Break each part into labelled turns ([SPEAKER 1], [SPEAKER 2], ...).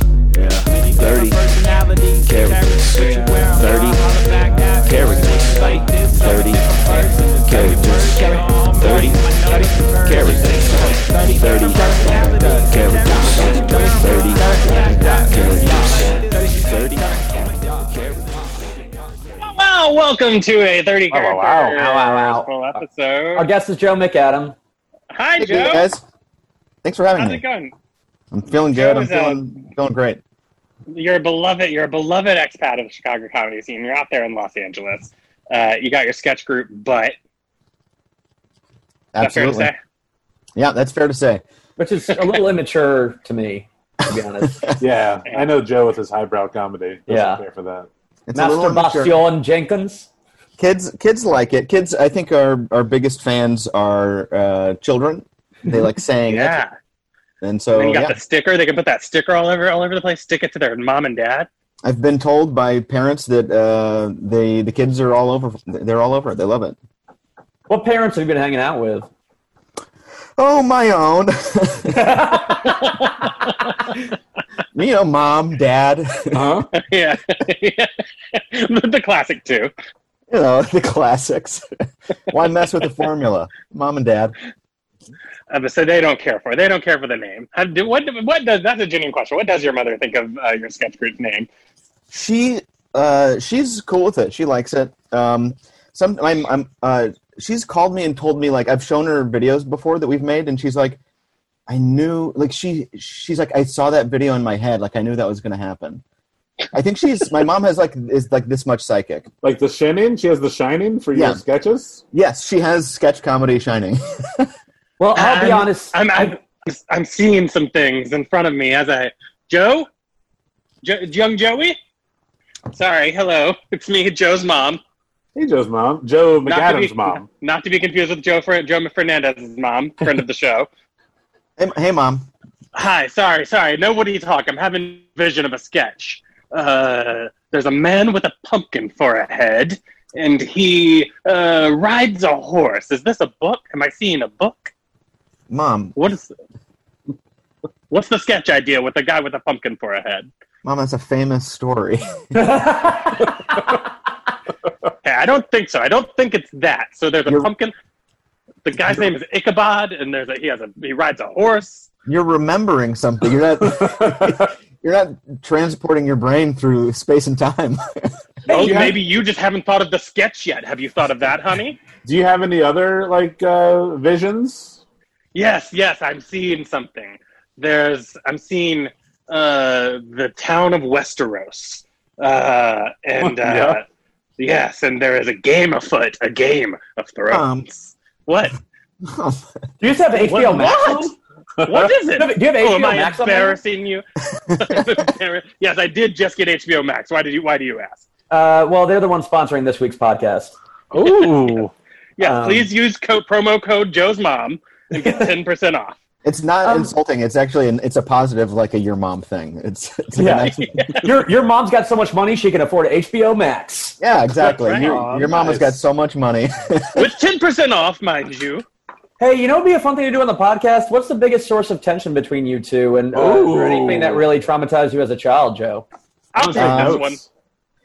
[SPEAKER 1] Thirty characters. Thirty characters. Thirty characters. Thirty characters. Thirty characters. Thirty characters. Thirty
[SPEAKER 2] Wow, welcome to a 30
[SPEAKER 3] Wow,
[SPEAKER 2] character
[SPEAKER 3] wow, wow, wow, wow.
[SPEAKER 2] full episode.
[SPEAKER 3] Our guest is Joe McAdam.
[SPEAKER 2] Hi,
[SPEAKER 4] Hey,
[SPEAKER 2] Joe.
[SPEAKER 4] guys. Thanks for having
[SPEAKER 2] How's
[SPEAKER 4] me.
[SPEAKER 2] it going? uh,
[SPEAKER 4] I'm feeling good. I'm
[SPEAKER 2] Joe's out.
[SPEAKER 4] feeling, feeling great.
[SPEAKER 2] You're a beloved, you're a beloved expat of the Chicago comedy scene. You're out there in Los Angeles. Uh, you got your sketch group, but that's fair to
[SPEAKER 4] Absolutely.
[SPEAKER 2] say.
[SPEAKER 4] Yeah, that's fair to say.
[SPEAKER 3] which is a little immature to me, to be honest.
[SPEAKER 5] Yeah, I know Joe with his highbrow comedy. Doesn't
[SPEAKER 3] Yeah.
[SPEAKER 5] care for that.
[SPEAKER 4] It's a little immature.
[SPEAKER 3] Masturbation Jenkins.
[SPEAKER 4] Kids, kids like it. Kids, I think our our biggest fans are uh, children. They like saying
[SPEAKER 2] Yeah.
[SPEAKER 4] it, and
[SPEAKER 2] And
[SPEAKER 4] so
[SPEAKER 2] then you got
[SPEAKER 4] yeah,
[SPEAKER 2] the sticker. They can put that sticker all over all over the place. Stick it to their mom and dad.
[SPEAKER 4] I've been told by parents that uh, they the kids are all over. They're all over it. They love it.
[SPEAKER 3] What parents have you been hanging out with?
[SPEAKER 4] Oh, my own.
[SPEAKER 3] huh?
[SPEAKER 4] you know, mom, dad. you
[SPEAKER 2] yeah, the classic too.
[SPEAKER 4] know, the classics. Why mess with the formula, mom and dad?
[SPEAKER 2] Uh, so they don't care for. They don't care for the name. How do, what? What does? That's a genuine question. What does your mother think of uh, your sketch group's name?
[SPEAKER 4] she uh she's cool with it she likes it um some i'm i'm uh she's called me and told me like i've shown her videos before that we've made and she's like i knew like she she's like i saw that video in my head like i knew that was gonna happen i think she's my mom has like is like this much psychic
[SPEAKER 5] Like the Shining, she has the Shining for
[SPEAKER 4] Yeah.
[SPEAKER 5] your sketches.
[SPEAKER 4] yes she has sketch comedy shining
[SPEAKER 3] Well, I'll be
[SPEAKER 2] I'm-
[SPEAKER 3] honest.
[SPEAKER 2] I'm, I'm I'm seeing some things in front of me as I Joe, jo- young Joey. Sorry, hello, it's me, Joe's mom.
[SPEAKER 5] Hey, Joe's mom, Joe
[SPEAKER 2] Not to
[SPEAKER 5] McAdam's
[SPEAKER 2] be-
[SPEAKER 5] mom.
[SPEAKER 2] Not to be confused with Joe Fer- Joe Fernandez's mom, friend of the show.
[SPEAKER 4] hey, hey mom
[SPEAKER 2] Hi, sorry, sorry. Nobody talk. I'm having vision of a sketch. Uh, there's a man with a pumpkin for a head, and he uh, rides a horse. Is this a book? Am I seeing a book?
[SPEAKER 4] mom
[SPEAKER 2] What is? What's the sketch idea with the guy with a pumpkin for a head?
[SPEAKER 4] mom that's a famous story
[SPEAKER 2] Hey, I don't think so. I don't think it's that. So there's a
[SPEAKER 4] You're-
[SPEAKER 2] pumpkin. The guy's name is Ichabod, and there's a he has a he rides a horse.
[SPEAKER 4] you're remembering something you're not you're not transporting your brain through space and time
[SPEAKER 2] oh,
[SPEAKER 5] you have-
[SPEAKER 2] maybe you just haven't thought of the sketch yet. Have you thought of that, honey?
[SPEAKER 5] Do you have any other like uh, visions?
[SPEAKER 2] Yes, yes, I'm seeing something. There's, I'm seeing uh, the town of Westeros, uh, and uh,
[SPEAKER 5] Yeah.
[SPEAKER 2] yes, and there is a game afoot, a game of thrones. what?
[SPEAKER 3] Do you just have HBO Max?
[SPEAKER 2] what?
[SPEAKER 3] on?
[SPEAKER 2] What is it?
[SPEAKER 3] Do you have
[SPEAKER 2] Oh,
[SPEAKER 3] HBO
[SPEAKER 2] am I
[SPEAKER 3] Max on there?
[SPEAKER 2] embarrassing you? Embarrass- yes, I did just get HBO Max. Why did you? Why do you ask?
[SPEAKER 3] Uh, well, they're the ones sponsoring this week's podcast.
[SPEAKER 5] Ooh,
[SPEAKER 2] Yeah,
[SPEAKER 3] Um,
[SPEAKER 2] please use co- promo code Joe's mom and get ten percent off.
[SPEAKER 4] It's not
[SPEAKER 3] Um,
[SPEAKER 4] insulting. It's actually an, it's a positive, like a your mom thing. It's, it's like
[SPEAKER 3] Yeah.
[SPEAKER 4] yeah. Nice,
[SPEAKER 3] Your your mom's got so much money she can afford HBO Max.
[SPEAKER 4] yeah, exactly.
[SPEAKER 2] Right.
[SPEAKER 4] Your, your mom has
[SPEAKER 5] Nice.
[SPEAKER 4] got so much money.
[SPEAKER 2] With ten percent off, mind you.
[SPEAKER 3] Hey, you know, it'd be a fun thing to do on the podcast. What's the biggest source of tension between you two, and uh,
[SPEAKER 5] Ooh.
[SPEAKER 3] or anything that really traumatized you as a child, Joe?
[SPEAKER 2] I'll
[SPEAKER 5] Those are
[SPEAKER 2] take this
[SPEAKER 4] notes.
[SPEAKER 2] one.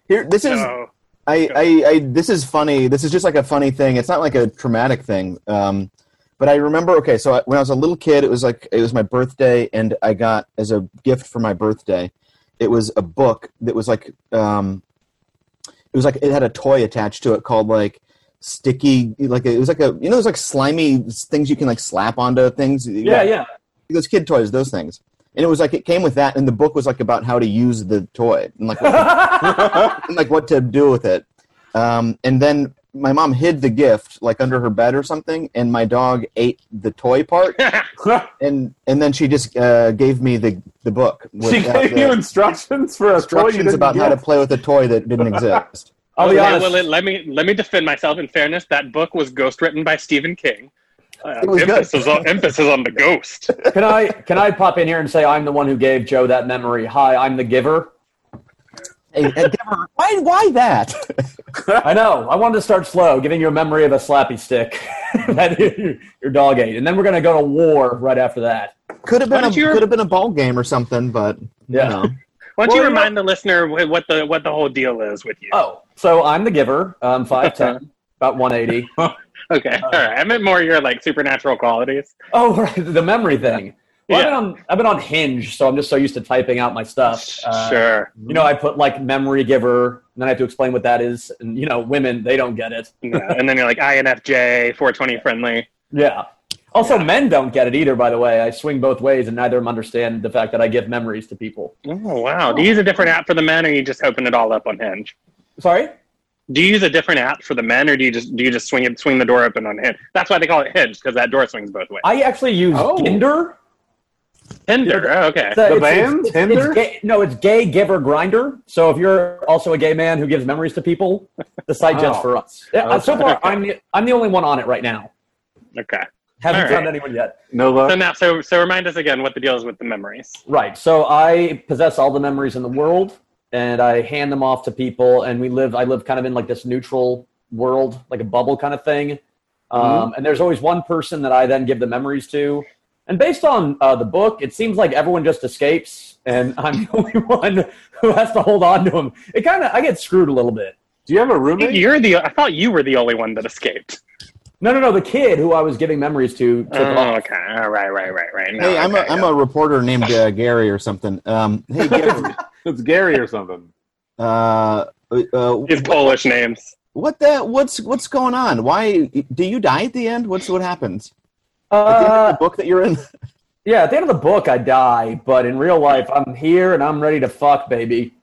[SPEAKER 4] Here, this is
[SPEAKER 2] No.
[SPEAKER 4] I, I, I this is funny. This is just like a funny thing. It's not like a traumatic thing. Um, but I remember. Okay, so I, when I was a little kid, it was like it was my birthday, and I got as a gift for my birthday, it was a book that was like um, it was like it had a toy attached to it called like sticky like it was like a you know those like slimy things you can like slap onto things
[SPEAKER 3] Yeah, yeah.
[SPEAKER 4] those kid toys those things and it was like it came with that and the book was like about how to use the toy and like and, like what to do with it. Um, and then my mom hid the gift like under her bed or something, and my dog ate the toy part, and and then she just uh, gave me the the book with
[SPEAKER 5] she
[SPEAKER 4] uh,
[SPEAKER 5] gave
[SPEAKER 4] the
[SPEAKER 5] you instructions for a toy you
[SPEAKER 4] instructions
[SPEAKER 5] didn't
[SPEAKER 4] about how to
[SPEAKER 5] get.
[SPEAKER 4] play with a toy that didn't exist.
[SPEAKER 3] I'll be
[SPEAKER 2] Okay,
[SPEAKER 3] honest.
[SPEAKER 2] well, let me let me defend myself. In fairness, that book was ghost written by Stephen King. Uh,
[SPEAKER 4] It was good.
[SPEAKER 2] emphasis, on, emphasis on the ghost.
[SPEAKER 3] Can I can I pop in here and say I'm the one who gave Joe that memory? Hi, I'm the giver.
[SPEAKER 4] Hey, and Deborah, why? Why that?
[SPEAKER 3] I know. I wanted to start slow, giving you a memory of a slappy stick that your, your dog ate, and then we're gonna go to war right after that.
[SPEAKER 4] Could have
[SPEAKER 2] Why
[SPEAKER 4] been a
[SPEAKER 2] don't you-
[SPEAKER 4] could have been a ball game or something, but
[SPEAKER 3] Yeah.
[SPEAKER 4] you know.
[SPEAKER 2] Why don't you
[SPEAKER 5] Well, you
[SPEAKER 2] remind the listener wh- what the what the whole deal is with you?
[SPEAKER 3] Oh, so I'm the giver. Um, five ten, about one eighty.
[SPEAKER 2] okay,
[SPEAKER 3] uh,
[SPEAKER 2] all right. I meant more your like supernatural qualities.
[SPEAKER 3] Oh, right, the memory thing. Well,
[SPEAKER 2] Yeah.
[SPEAKER 3] I've, been on, I've been on Hinge, so I'm just so used to typing out my stuff. Uh,
[SPEAKER 2] sure.
[SPEAKER 3] You know, I put like memory giver, and then I have to explain what that is. And you know, women they don't get it.
[SPEAKER 2] Yeah. And then you're like INFJ, 420 friendly.
[SPEAKER 3] Yeah. Also, men don't get it either. By the way, I swing both ways, and neither of them understand the fact that I give memories to people.
[SPEAKER 2] Oh wow. Do you use a different app for the men, or you just open it all up on Hinge?
[SPEAKER 3] Sorry.
[SPEAKER 2] Do you use a different app for the men, or do you just do you just swing it swing the door open on Hinge? That's why they call it Hinge because that door swings both ways.
[SPEAKER 3] I actually use
[SPEAKER 5] Oh.
[SPEAKER 3] Tinder.
[SPEAKER 2] Tinder. Oh, okay.
[SPEAKER 3] The,
[SPEAKER 5] band? Tinder?
[SPEAKER 3] gay, no, it's Gay Giver Grinder. So if you're also a gay man who gives memories to people, the site just
[SPEAKER 5] Wow.
[SPEAKER 3] for us. Yeah, uh, So
[SPEAKER 5] Okay.
[SPEAKER 3] far, I'm the, I'm the only one on it right now.
[SPEAKER 2] Okay.
[SPEAKER 3] Haven't
[SPEAKER 2] All
[SPEAKER 3] found
[SPEAKER 2] right.
[SPEAKER 3] anyone yet.
[SPEAKER 5] No love.
[SPEAKER 2] So now, so so remind us again what the deal is with the memories.
[SPEAKER 3] Right. So I possess all the memories in the world, and I hand them off to people. And we live. I live kind of in like this neutral world, like a bubble kind of thing. Um, And there's always one person that I then give the memories to. And based on uh, the book, it seems like everyone just escapes, and I'm the only one who has to hold on to them. It kind of I get screwed a little bit.
[SPEAKER 5] Do you have a
[SPEAKER 2] I think
[SPEAKER 5] roommate?
[SPEAKER 2] You're the. I thought you were the only one that escaped.
[SPEAKER 3] No, no, no. The kid who I was giving memories to took
[SPEAKER 2] Oh,
[SPEAKER 3] off.
[SPEAKER 2] okay. All right, right, right, right. No,
[SPEAKER 4] hey, I'm a
[SPEAKER 2] okay,
[SPEAKER 4] I'm a reporter named uh, Gary or something. Um, hey, Gary,
[SPEAKER 5] It's Gary or something.
[SPEAKER 4] uh, uh,
[SPEAKER 2] These Polish names.
[SPEAKER 4] what the what's what's going on? Why do you die at the end? What's what happens? At the end of
[SPEAKER 3] Uh,
[SPEAKER 4] the book that you're in.
[SPEAKER 3] yeah. At the end of the book, I die, but in real life, I'm here and I'm ready to fuck, baby.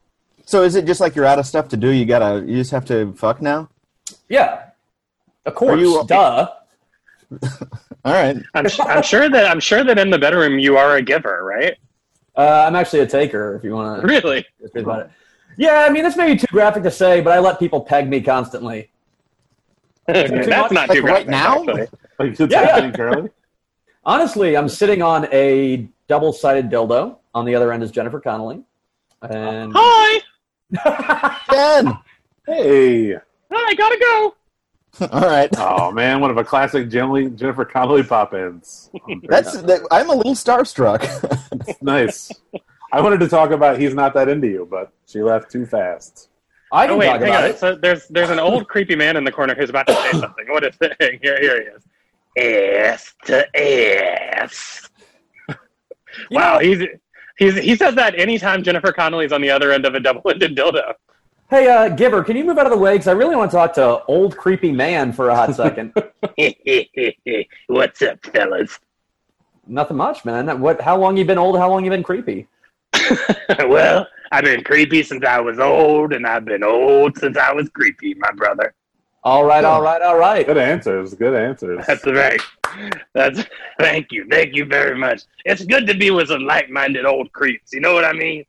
[SPEAKER 4] So is it just like you're out of stuff to do? You gotta you just have to fuck now.
[SPEAKER 3] Yeah. Of course.
[SPEAKER 4] you-
[SPEAKER 3] duh.
[SPEAKER 4] All right.
[SPEAKER 2] I'm, sh- I'm sure that I'm sure that in the bedroom you are a giver, right?
[SPEAKER 3] Uh, I'm actually a taker if you want to
[SPEAKER 2] Really?
[SPEAKER 3] think about it. Yeah, I mean, this may be too graphic to say, but I let people peg me constantly.
[SPEAKER 2] Okay,
[SPEAKER 3] too
[SPEAKER 2] that's
[SPEAKER 3] much?
[SPEAKER 2] not
[SPEAKER 4] Like
[SPEAKER 2] too
[SPEAKER 4] right
[SPEAKER 2] graphic,
[SPEAKER 4] now?
[SPEAKER 2] actually.
[SPEAKER 5] Like it's
[SPEAKER 3] Yeah.
[SPEAKER 5] happening, Charlie.
[SPEAKER 3] Honestly, I'm sitting on a double sided dildo. On the other end is Jennifer Connelly. And
[SPEAKER 2] Hi.
[SPEAKER 4] Jen.
[SPEAKER 5] Hey.
[SPEAKER 2] Hi. Oh, I gotta go.
[SPEAKER 4] All right.
[SPEAKER 5] Oh man, one of a classic Jenny- Jennifer Connelly pop ins.
[SPEAKER 4] That's that, I'm a little starstruck.
[SPEAKER 5] nice. I wanted to talk about he's not that into you, but she left too fast.
[SPEAKER 3] I can
[SPEAKER 2] Oh wait,
[SPEAKER 3] talk
[SPEAKER 2] hang
[SPEAKER 3] about
[SPEAKER 2] on.
[SPEAKER 3] it.
[SPEAKER 2] So there's there's an old creepy man in the corner who's about to say something. What is it? Here, here he is. Ass to ass.
[SPEAKER 3] You
[SPEAKER 2] wow,
[SPEAKER 3] know-
[SPEAKER 2] he's. He's, he says that anytime Jennifer Connelly's on the other end of a double-ended dildo.
[SPEAKER 3] Hey, uh, Giver, can you move out of the way? Because I really want to talk to old creepy man for a hot second.
[SPEAKER 2] What's up, fellas?
[SPEAKER 3] Nothing much, man. What? How long you been old? How long you been creepy?
[SPEAKER 2] well, I've been creepy since I was old, and I've been old since I was creepy, my brother.
[SPEAKER 3] All right, all right, all right.
[SPEAKER 5] Good answers. Good answers.
[SPEAKER 2] That's right. That's thank you, thank you very much. It's good to be with some like-minded old creeps. You know what I mean?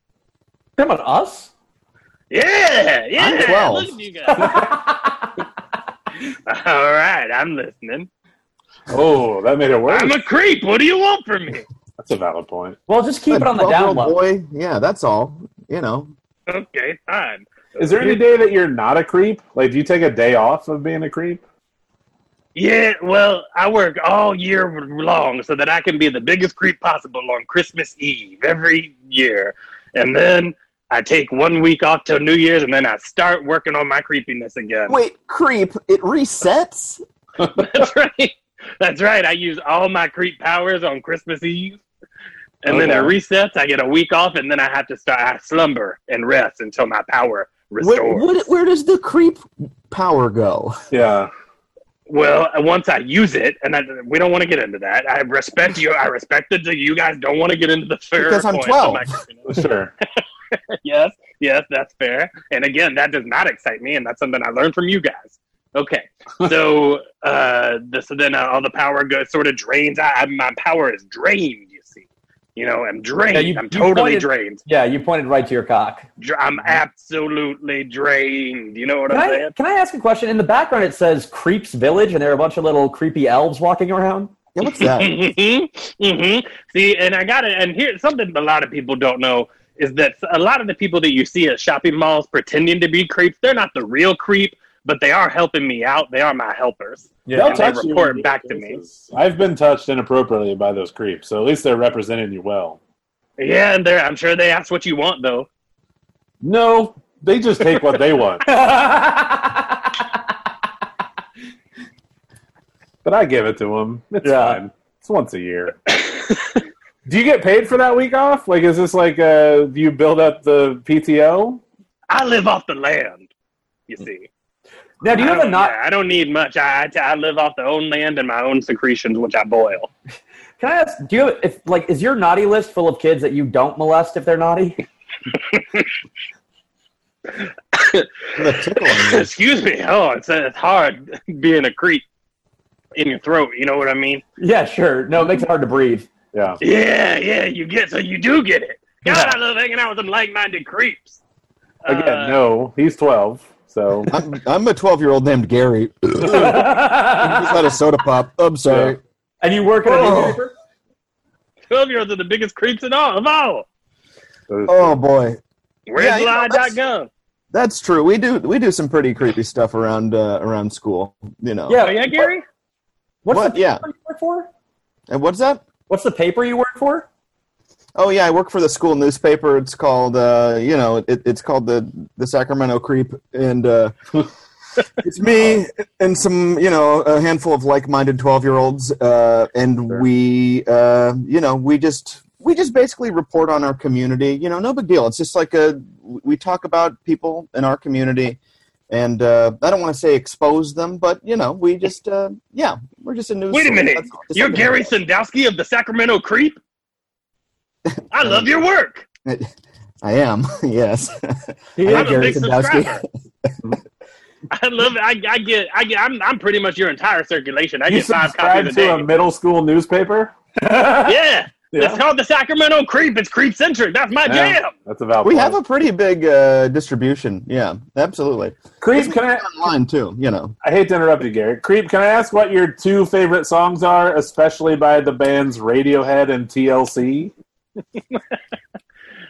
[SPEAKER 3] Come on, us?
[SPEAKER 2] Yeah, yeah.
[SPEAKER 4] I'm 12.
[SPEAKER 2] Look at you guys. All right, I'm listening.
[SPEAKER 5] Oh, that made it worse.
[SPEAKER 2] I'm a creep. What do you want from me?
[SPEAKER 5] That's a valid point.
[SPEAKER 3] Well, just keep it on the down
[SPEAKER 4] Twelve-year-old
[SPEAKER 3] low.
[SPEAKER 4] boy. Yeah, that's all. You know.
[SPEAKER 2] Okay, fine.
[SPEAKER 5] Is there any day that you're not a creep? Like, do you take a day off of being a creep?
[SPEAKER 2] Yeah, well, I work all year long so that I can be the biggest creep possible on Christmas Eve every year. And then I take one week off till New Year's and then I start working on my creepiness again.
[SPEAKER 4] Wait, creep. It resets.
[SPEAKER 2] That's right. That's right. I use all my creep powers on Christmas Eve. And then it
[SPEAKER 5] Okay.
[SPEAKER 2] resets. I get a week off and then I have to start I slumber and rest until my power restores.
[SPEAKER 4] Where, what, where does the creep power go?
[SPEAKER 5] Yeah.
[SPEAKER 2] Well, uh, once I use it, and I, we don't want to get into that. I respect you. I respect that you guys don't want to get into the fair
[SPEAKER 4] Because I'm
[SPEAKER 2] points
[SPEAKER 4] 12.
[SPEAKER 2] of my creepiness.
[SPEAKER 5] Sure.
[SPEAKER 2] yes, yes, that's fair. And again, that does not excite me, and that's something I learned from you guys. Okay, so uh, the, so then uh, all the power goes sort of drains. I, I, my power is drained. You see, you know, I'm drained.
[SPEAKER 3] Yeah, you- Mm-hmm.
[SPEAKER 2] I'm
[SPEAKER 3] you
[SPEAKER 2] totally
[SPEAKER 3] pointed-
[SPEAKER 2] drained.
[SPEAKER 3] Yeah, you pointed right to your cock.
[SPEAKER 2] Dr- I'm absolutely drained. You know what
[SPEAKER 3] Can
[SPEAKER 2] I'm
[SPEAKER 3] I,
[SPEAKER 2] saying?
[SPEAKER 3] can I ask a question? In the background, it says Creeps Village, and there are a bunch of little creepy elves walking around.
[SPEAKER 4] Yeah, what's that?
[SPEAKER 2] Mm-hmm, hmm hmm See, and I got it. And here, something a lot of people don't know is that a lot of the people that you see at shopping malls pretending to be creeps, they're not the real creep, but they are helping me out. They are my helpers.
[SPEAKER 5] They'll
[SPEAKER 2] And they
[SPEAKER 5] touch you
[SPEAKER 2] report
[SPEAKER 5] in
[SPEAKER 2] back
[SPEAKER 5] weird
[SPEAKER 2] to me.
[SPEAKER 5] places. I've been touched inappropriately by those creeps, so at least they're representing you well.
[SPEAKER 2] Yeah, and they're, I'm sure they asked what you want, though.
[SPEAKER 5] No, they just take what they want. But I give it to them. It's
[SPEAKER 3] Yeah.
[SPEAKER 5] fine. It's once a year. do you get paid for that week off? Like, is this like uh, do you build up the PTO?
[SPEAKER 2] I live off the land, you see.
[SPEAKER 3] now, do you
[SPEAKER 2] I
[SPEAKER 3] have a
[SPEAKER 2] don't-
[SPEAKER 3] not?
[SPEAKER 2] Oh, yeah, I don't need much. I, I, I live off the own land and my own secretions, which I boil.
[SPEAKER 3] Can I ask? Do you have if like is your naughty list full of kids that you don't molest if they're naughty?
[SPEAKER 4] The tickling is-
[SPEAKER 2] Excuse me. Oh, it's, it's hard being a creep in your throat. You know what I mean?
[SPEAKER 3] yeah, sure. No, it makes it hard to breathe.
[SPEAKER 2] Uh,
[SPEAKER 5] Yeah.
[SPEAKER 2] Yeah, yeah. You get so you do get it. God, I love hanging out with them like-minded creeps.
[SPEAKER 5] Again,
[SPEAKER 2] Uh,
[SPEAKER 5] no. He's twelve, so
[SPEAKER 4] I'm, I'm a 12 year old named Gary. He's
[SPEAKER 3] and
[SPEAKER 4] not a soda pop. I'm sorry.
[SPEAKER 3] you work at a
[SPEAKER 2] Oh.
[SPEAKER 3] newspaper?
[SPEAKER 2] Twelve-year-olds are the biggest creeps in all of all.
[SPEAKER 4] Oh boy,
[SPEAKER 2] Where's
[SPEAKER 4] Yeah, you know, that's-
[SPEAKER 2] lie.gov?
[SPEAKER 4] that's true. We do we do some pretty creepy stuff around uh, around school. You know.
[SPEAKER 2] Oh yeah, Gary.
[SPEAKER 3] What's
[SPEAKER 4] What?
[SPEAKER 3] the
[SPEAKER 4] Yeah.
[SPEAKER 3] paper you work for?
[SPEAKER 4] And what's that?
[SPEAKER 3] What's the paper you work for?
[SPEAKER 4] Oh yeah, I work for the school newspaper. It's called uh, you know it, it's called the the Sacramento Creep, and uh, it's me and some you know a handful of like minded twelve year olds, uh, and we uh, you know we just we just basically report on our community. You know, no big deal. It's just like a we talk about people in our community. And uh, I don't want to say expose them, but you know, we just uh, yeah, we're just a news.
[SPEAKER 2] Wait a
[SPEAKER 4] source.
[SPEAKER 2] minute.
[SPEAKER 4] That's all. Just
[SPEAKER 2] You're
[SPEAKER 4] something
[SPEAKER 2] Gary
[SPEAKER 4] like
[SPEAKER 2] Sandowski of the Sacramento Creep. I love your work.
[SPEAKER 4] that. I am. Yes.
[SPEAKER 3] Yeah,
[SPEAKER 2] I'm a
[SPEAKER 4] Gary
[SPEAKER 2] big
[SPEAKER 4] Sadowski.
[SPEAKER 2] subscriber. I love. I, I get. I get. I'm. I'm pretty much your entire circulation. I
[SPEAKER 5] you
[SPEAKER 2] get five
[SPEAKER 5] subscribe
[SPEAKER 2] copies a
[SPEAKER 5] to
[SPEAKER 2] day.
[SPEAKER 5] a middle school newspaper?
[SPEAKER 2] yeah. It's
[SPEAKER 5] Yeah.
[SPEAKER 2] called the Sacramento Creep. It's creep centric. That's my
[SPEAKER 5] Yeah.
[SPEAKER 2] jam.
[SPEAKER 5] That's about
[SPEAKER 4] We
[SPEAKER 5] point.
[SPEAKER 4] have a pretty big uh, distribution. Yeah, absolutely.
[SPEAKER 5] creep. Can I?
[SPEAKER 4] Online too, you know.
[SPEAKER 5] I hate to interrupt you, Gary. Creep. Can I ask what your two favorite songs are, especially by the bands Radiohead and TLC?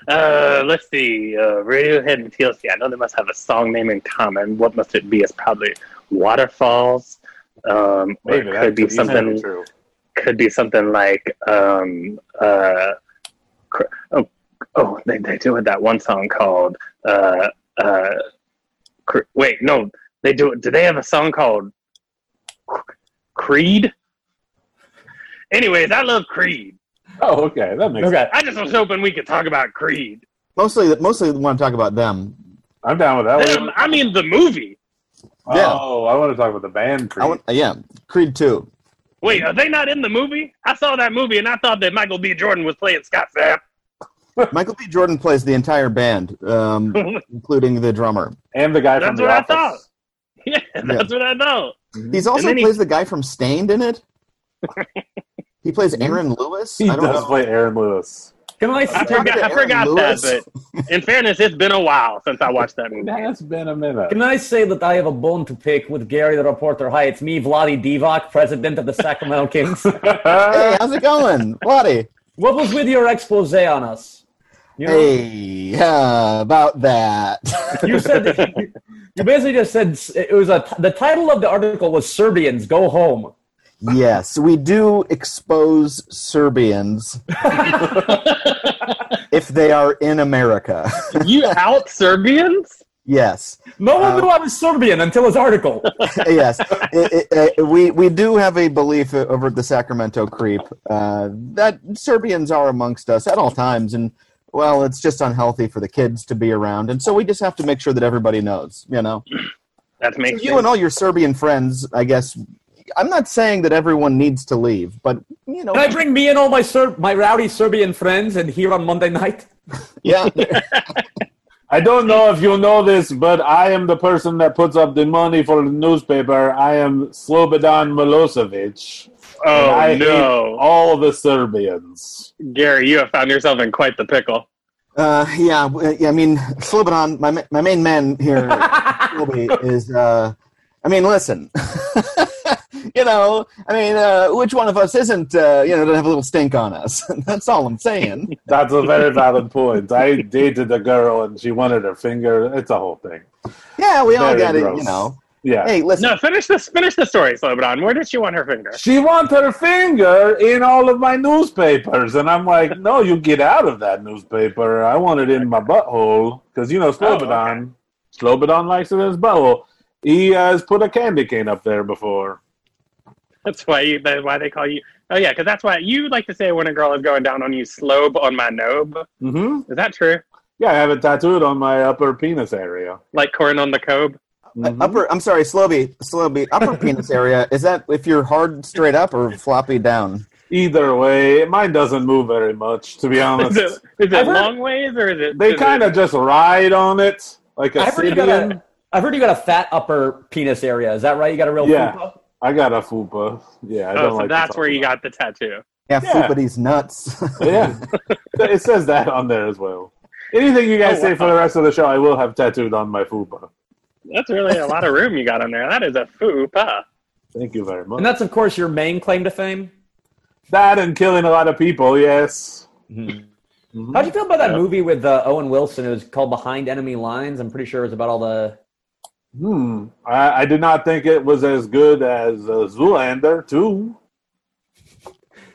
[SPEAKER 2] Uh, let's see. Uh, Radiohead and TLC. I know they must have a song name in common. What must it be? It's probably Waterfalls. Um, or it
[SPEAKER 5] that
[SPEAKER 2] could be
[SPEAKER 5] easily
[SPEAKER 2] something.
[SPEAKER 5] true.
[SPEAKER 2] could be something like um uh cr- oh oh they, they do it that one song called uh uh cr- wait no they do it do they have a song called Cr- creed anyways i love creed
[SPEAKER 5] Oh, okay, that makes.
[SPEAKER 3] Okay.
[SPEAKER 2] i just was hoping we could talk about creed
[SPEAKER 4] Mostly, mostly want to talk about them.
[SPEAKER 5] I'm down with that. What do you
[SPEAKER 2] Them- Um, i mean the movie
[SPEAKER 5] want-
[SPEAKER 4] yeah.
[SPEAKER 5] Oh, I want to talk about the band. Creep.
[SPEAKER 4] I want, uh, yeah, Creed two.
[SPEAKER 2] wait are they not in the movie i saw that movie and i thought that michael b jordan was playing scott Stapp.
[SPEAKER 4] Michael B. Jordan plays the entire band, um, including the drummer.
[SPEAKER 5] and the guy from
[SPEAKER 2] That's
[SPEAKER 5] the
[SPEAKER 2] what I
[SPEAKER 5] office.
[SPEAKER 2] thought. yeah that's what i know
[SPEAKER 4] He's also
[SPEAKER 2] Mm-hmm. then he-
[SPEAKER 4] plays the guy from Stained in it. he plays
[SPEAKER 2] Mm-hmm.
[SPEAKER 4] Aaron Lewis.
[SPEAKER 5] He does play Aaron Lewis.
[SPEAKER 3] Can I
[SPEAKER 2] I
[SPEAKER 4] Talk
[SPEAKER 3] suggest,
[SPEAKER 4] to
[SPEAKER 2] forgot, I
[SPEAKER 4] Aaron
[SPEAKER 2] forgot that,
[SPEAKER 4] Lewis.
[SPEAKER 2] but in fairness, it's been a while since I watched that movie.
[SPEAKER 5] That's been a minute.
[SPEAKER 3] can I say that I have a bone to pick with Gary the reporter? Hi, it's me, Vladi Divac, president of the Sacramento Kings.
[SPEAKER 4] Hey, how's it going, Bloody?
[SPEAKER 3] what was with your expose on us? You know,
[SPEAKER 4] Hey, yeah, about that.
[SPEAKER 3] you said you basically just said s- it was a the title of the article was Serbians go home.
[SPEAKER 4] yes, we do expose Serbians if they are in America.
[SPEAKER 2] You out Serbians?
[SPEAKER 4] yes.
[SPEAKER 3] No one
[SPEAKER 4] Uh,
[SPEAKER 3] knew I was Serbian until his article.
[SPEAKER 4] yes, It- it- uh, we we do have a belief uh, over at the Sacramento Creep uh, that Serbians are amongst us at all times, and well, it's just unhealthy for the kids to be around, and so we just have to make sure that everybody knows. You know,
[SPEAKER 2] That
[SPEAKER 4] So
[SPEAKER 2] makes
[SPEAKER 4] you and
[SPEAKER 2] sense.
[SPEAKER 4] all your Serbian friends, I guess. I'm not saying that everyone needs to leave, but you know,
[SPEAKER 3] Can I bring me and all my Ser- my rowdy Serbian friends and here on Monday night?
[SPEAKER 4] yeah,
[SPEAKER 5] I don't know if you know this, but I am the person that puts up the money for the newspaper. I am Slobodan Milosevic.
[SPEAKER 2] Oh
[SPEAKER 5] And I hate
[SPEAKER 2] no,
[SPEAKER 5] all the Serbians.
[SPEAKER 2] Gary, you have found yourself in quite the pickle.
[SPEAKER 4] uh, yeah. w- yeah, I mean, Slobodan, my ma- my main man here, Colby, is. Uh, I mean, listen. you know, I mean, uh, which one of us isn't, uh, you know, doesn't have a little stink on us? That's all I'm saying.
[SPEAKER 5] That's a very valid point. I dated a girl and she wanted her finger. It's a whole thing.
[SPEAKER 4] Yeah, we all
[SPEAKER 5] Very
[SPEAKER 4] got it, you
[SPEAKER 5] gross.
[SPEAKER 4] know.
[SPEAKER 5] Yeah.
[SPEAKER 4] Hey, listen.
[SPEAKER 2] No, finish this. Finish the story, Slobodan. Where did she want her finger?
[SPEAKER 5] She wants her finger in all of my newspapers. And I'm like, no, you get out of that newspaper. I want it in my butthole. Because, you know,
[SPEAKER 2] Oh,
[SPEAKER 5] Slobodan, Slobodan likes it in his butthole. He has put a candy cane up there before.
[SPEAKER 2] That's why you. That's why they call you. Oh yeah, because that's why you like to say when a girl is going down on you, slobe on my nobe.
[SPEAKER 5] hmm
[SPEAKER 2] Is that true?
[SPEAKER 5] Yeah, I have it tattooed on my upper penis area.
[SPEAKER 2] Like corn on the cob.
[SPEAKER 5] Mhm.
[SPEAKER 4] uh, Upper, I'm sorry, Slobby, Slobby, upper penis area. Is that if you're hard straight up or floppy down?
[SPEAKER 5] Either way, mine doesn't move very much, to be
[SPEAKER 2] Is
[SPEAKER 5] honest.
[SPEAKER 2] it, is it
[SPEAKER 3] I've heard-
[SPEAKER 2] long ways or is it?
[SPEAKER 5] they
[SPEAKER 2] is
[SPEAKER 5] kind
[SPEAKER 2] it-
[SPEAKER 5] of just ride on it like a
[SPEAKER 3] I've heard you got
[SPEAKER 5] Sibian.
[SPEAKER 3] a, I've heard you got a fat upper penis area. Is that right? You got a real
[SPEAKER 5] Yeah.
[SPEAKER 3] fupa?
[SPEAKER 5] I got a fupa. Yeah, I
[SPEAKER 2] Oh,
[SPEAKER 5] don't
[SPEAKER 2] so
[SPEAKER 5] like to
[SPEAKER 2] that's
[SPEAKER 5] talk
[SPEAKER 2] where you
[SPEAKER 5] about
[SPEAKER 2] got the tattoo.
[SPEAKER 4] Yeah,
[SPEAKER 5] Yeah.
[SPEAKER 4] Foopity's nuts.
[SPEAKER 5] it. Yeah, it says that on there as well. Anything you guys
[SPEAKER 2] Oh,
[SPEAKER 5] say
[SPEAKER 2] wow.
[SPEAKER 5] for the rest of the show, I will have tattooed on my fupa.
[SPEAKER 2] That's really a lot of room you got on there. That is a fupa.
[SPEAKER 5] Thank you very much.
[SPEAKER 3] And that's of course your main claim to fame.
[SPEAKER 5] that and killing a lot of people. Yes.
[SPEAKER 3] How'd you feel about that
[SPEAKER 2] Yeah.
[SPEAKER 3] movie with uh, Owen Wilson? It was called Behind Enemy Lines. I'm pretty sure it was about all the.
[SPEAKER 5] Hmm. I, I did not think it was as good as uh, Zoolander too.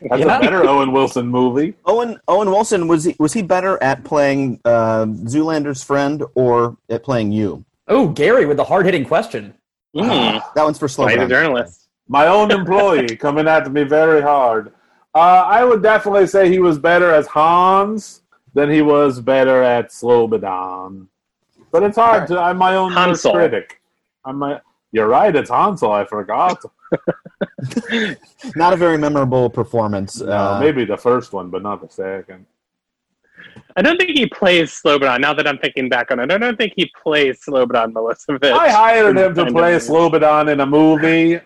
[SPEAKER 5] That's
[SPEAKER 3] Yeah.
[SPEAKER 5] a better Owen Wilson movie.
[SPEAKER 4] Owen Owen Wilson was he was he better at playing uh, Zoolander's friend or at playing you?
[SPEAKER 3] Oh, Gary with the hard hitting question.
[SPEAKER 2] Mm.
[SPEAKER 4] That one's for Slow.
[SPEAKER 2] Play the journalist.
[SPEAKER 5] My own employee coming at me very hard. Uh, I would definitely say he was better as Hans than he was better at Slobodan. But it's hard to. I'm my own worst
[SPEAKER 2] Hansel.
[SPEAKER 5] critic. I'm my. You're right. It's Hansel. I forgot.
[SPEAKER 4] Not a very memorable performance.
[SPEAKER 5] Uh,
[SPEAKER 4] uh,
[SPEAKER 5] maybe the first one, but not the second.
[SPEAKER 2] I don't think he plays Slobodan. Now that I'm thinking back on it, I don't think he plays Slobodan Milosevic.
[SPEAKER 5] I hired him to
[SPEAKER 2] Kind of
[SPEAKER 5] play
[SPEAKER 2] is.
[SPEAKER 5] Slobodan in a movie. Um,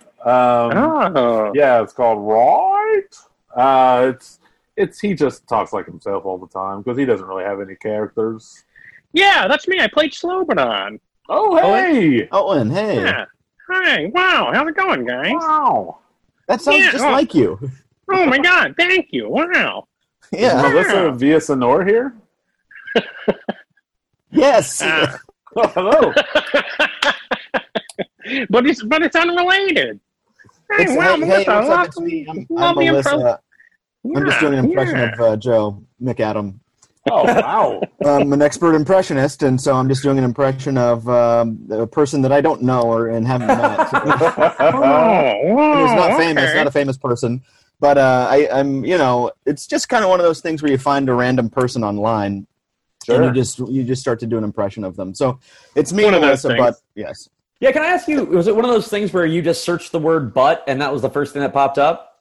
[SPEAKER 2] Oh,
[SPEAKER 5] Yeah, it's called Right. Uh, it's it's he just talks like himself all the time because he doesn't really have any characters.
[SPEAKER 2] yeah, that's me. I played Slobodan.
[SPEAKER 5] Oh hey,
[SPEAKER 4] Owen, hey,
[SPEAKER 2] Yeah. Hi. Wow. How's it going, guys?
[SPEAKER 5] wow.
[SPEAKER 4] that sounds
[SPEAKER 2] Yeah,
[SPEAKER 4] just
[SPEAKER 2] oh.
[SPEAKER 4] like you.
[SPEAKER 2] Oh my God. Thank you. Wow.
[SPEAKER 5] Is
[SPEAKER 4] Yeah.
[SPEAKER 5] Melissa Villasenor here?
[SPEAKER 4] yes.
[SPEAKER 2] Ah.
[SPEAKER 5] Oh, hello.
[SPEAKER 2] but it's but it's unrelated. Hey,
[SPEAKER 4] It's-
[SPEAKER 2] wow,
[SPEAKER 4] hey, hey,
[SPEAKER 2] Melissa,
[SPEAKER 4] what's up?
[SPEAKER 2] love-
[SPEAKER 4] It's me. I'm,
[SPEAKER 2] love
[SPEAKER 4] I'm
[SPEAKER 2] the
[SPEAKER 4] Melissa.
[SPEAKER 2] impro-
[SPEAKER 4] I'm just
[SPEAKER 2] yeah,
[SPEAKER 4] doing an impression
[SPEAKER 2] yeah.
[SPEAKER 4] of uh, Joe McAdam.
[SPEAKER 5] Oh wow.
[SPEAKER 4] I'm an expert impressionist, and so I'm just doing an impression of um, a person that I don't know or and haven't met. So-
[SPEAKER 2] Oh, wow,
[SPEAKER 4] who's not famous,
[SPEAKER 2] okay.
[SPEAKER 4] not a famous person. But uh, I, I'm, you know, it's just kind of one of those things where you find a random person online, and you
[SPEAKER 5] sure.
[SPEAKER 4] just you just start to do an impression of them. So it's me,
[SPEAKER 2] One of those
[SPEAKER 4] Melissa,
[SPEAKER 2] things.
[SPEAKER 4] but yes,
[SPEAKER 3] Yeah, can I ask you? Was it one of those things where you just searched the word "butt" and that was the first thing that popped up?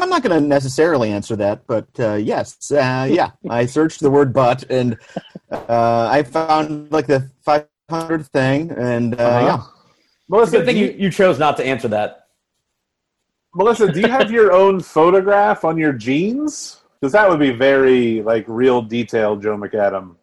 [SPEAKER 4] I'm not going to necessarily answer that, but uh, yes, uh, yeah, I searched the word "butt" and uh, I found like the 500 thing, and uh,
[SPEAKER 5] Uh-huh.
[SPEAKER 4] yeah.
[SPEAKER 5] Melissa,
[SPEAKER 3] Good
[SPEAKER 5] do
[SPEAKER 3] thing you,
[SPEAKER 5] you,
[SPEAKER 3] you chose not to answer that.
[SPEAKER 5] Melissa, do you have your own photograph on your jeans? Because that would be very like real detail, Joe McAdam.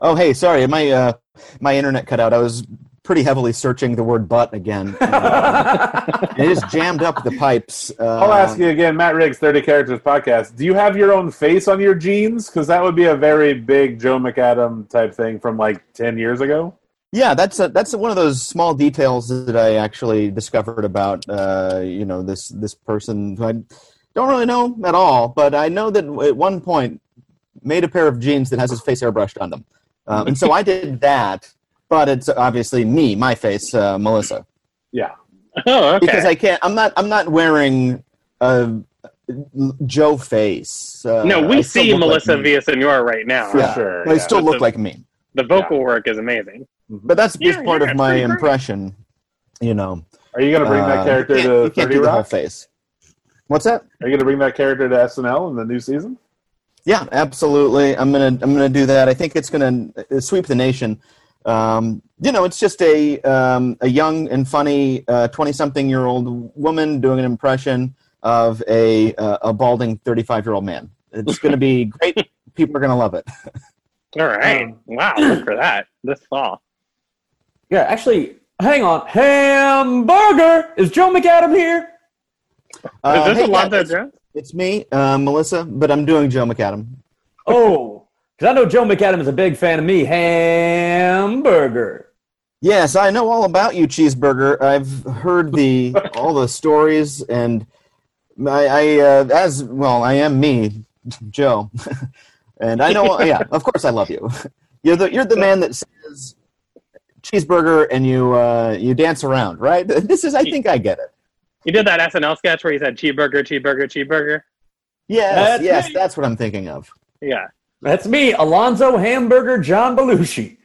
[SPEAKER 4] Oh, hey, sorry, my uh, my internet cut out. I was pretty heavily searching the word "butt" again. Uh, it just jammed up the pipes. Uh,
[SPEAKER 5] I'll ask you again, Matt Riggs, 30 Characters Podcast. Do you have your own face on your jeans? Because that would be a very big Joe McAdam type thing from like 10 years ago.
[SPEAKER 4] Yeah, that's a, that's one of those small details that I actually discovered about uh, you know this this person who I don't really know at all, but I know that at one point made a pair of jeans that has his face airbrushed on them, um, and so I did that. But it's obviously me, my face, uh, Melissa,
[SPEAKER 5] Yeah.
[SPEAKER 2] Oh, okay.
[SPEAKER 4] because I can't. I'm not. I'm not wearing a Joe face. Uh,
[SPEAKER 2] no, we
[SPEAKER 4] I still
[SPEAKER 2] see
[SPEAKER 4] look like
[SPEAKER 2] Melissa
[SPEAKER 4] me.
[SPEAKER 2] Villasenor right now.
[SPEAKER 5] For
[SPEAKER 4] Yeah.
[SPEAKER 5] sure.
[SPEAKER 4] But I
[SPEAKER 5] yeah.
[SPEAKER 4] still look like me.
[SPEAKER 2] The vocal work is amazing.
[SPEAKER 4] But that's
[SPEAKER 2] Mm-hmm. Yeah,
[SPEAKER 4] just part
[SPEAKER 2] yeah,
[SPEAKER 4] of
[SPEAKER 2] it's
[SPEAKER 4] my
[SPEAKER 2] pretty great.
[SPEAKER 4] impression. You know.
[SPEAKER 5] Are you going to bring
[SPEAKER 4] Uh,
[SPEAKER 5] that character
[SPEAKER 4] you can't-
[SPEAKER 5] to
[SPEAKER 4] you can't
[SPEAKER 5] 30
[SPEAKER 4] do the whole
[SPEAKER 5] Rock?
[SPEAKER 4] face. What's that?
[SPEAKER 5] Are you going to bring that character to SNL in the new season?
[SPEAKER 4] Yeah, absolutely. I'm gonna I'm gonna do that. I think it's gonna uh, sweep the nation. Um, you know, it's just a um, a young and funny twenty something year old woman doing an impression of a uh, a balding thirty five year old man. It's gonna be great. People are gonna love it. Um,
[SPEAKER 2] All right. wow. Look for that this fall.
[SPEAKER 3] Yeah, actually, Hang on, hamburger. Is Joe McAdam here?
[SPEAKER 4] Uh,
[SPEAKER 2] Is this
[SPEAKER 4] hey,
[SPEAKER 2] a lot
[SPEAKER 4] guys,
[SPEAKER 2] that dress?
[SPEAKER 4] It's me, uh, Melissa, but I'm doing Joe McAdam.
[SPEAKER 3] Oh, because I know Joe McAdam is a big fan of me. Hamburger.
[SPEAKER 4] Yes, I know all about you, cheeseburger. I've heard the all the stories, and I, I uh, as well, I am me, Joe, and I know. yeah, of course, I love you. You're the you're the man that says cheeseburger, and you uh, you dance around, right? This is, I think, I get it.
[SPEAKER 2] You did that SNL sketch where he said cheeseburger, cheeseburger, cheeseburger.
[SPEAKER 4] Yes,
[SPEAKER 3] That's
[SPEAKER 4] yes,
[SPEAKER 3] me.
[SPEAKER 4] that's what I'm thinking of.
[SPEAKER 2] Yeah.
[SPEAKER 3] That's me, Alonzo Hamburger John Belushi.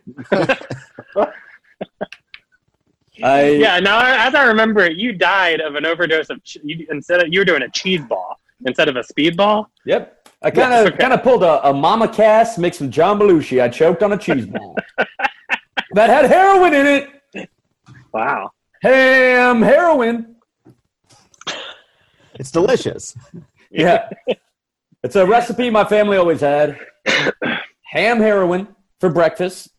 [SPEAKER 3] I,
[SPEAKER 2] Yeah. Now, as I remember, it, you died of an overdose of che- you, instead of you were doing a cheese ball instead of a speed ball.
[SPEAKER 3] Yep. I kind of
[SPEAKER 2] Yes, okay.
[SPEAKER 3] kind of pulled a, a mama cass mixed with John Belushi. I choked on a cheese ball that had heroin in it.
[SPEAKER 2] Wow.
[SPEAKER 3] Ham heroin.
[SPEAKER 4] It's delicious.
[SPEAKER 3] Yeah. it's a recipe my family always had. Ham heroin for breakfast.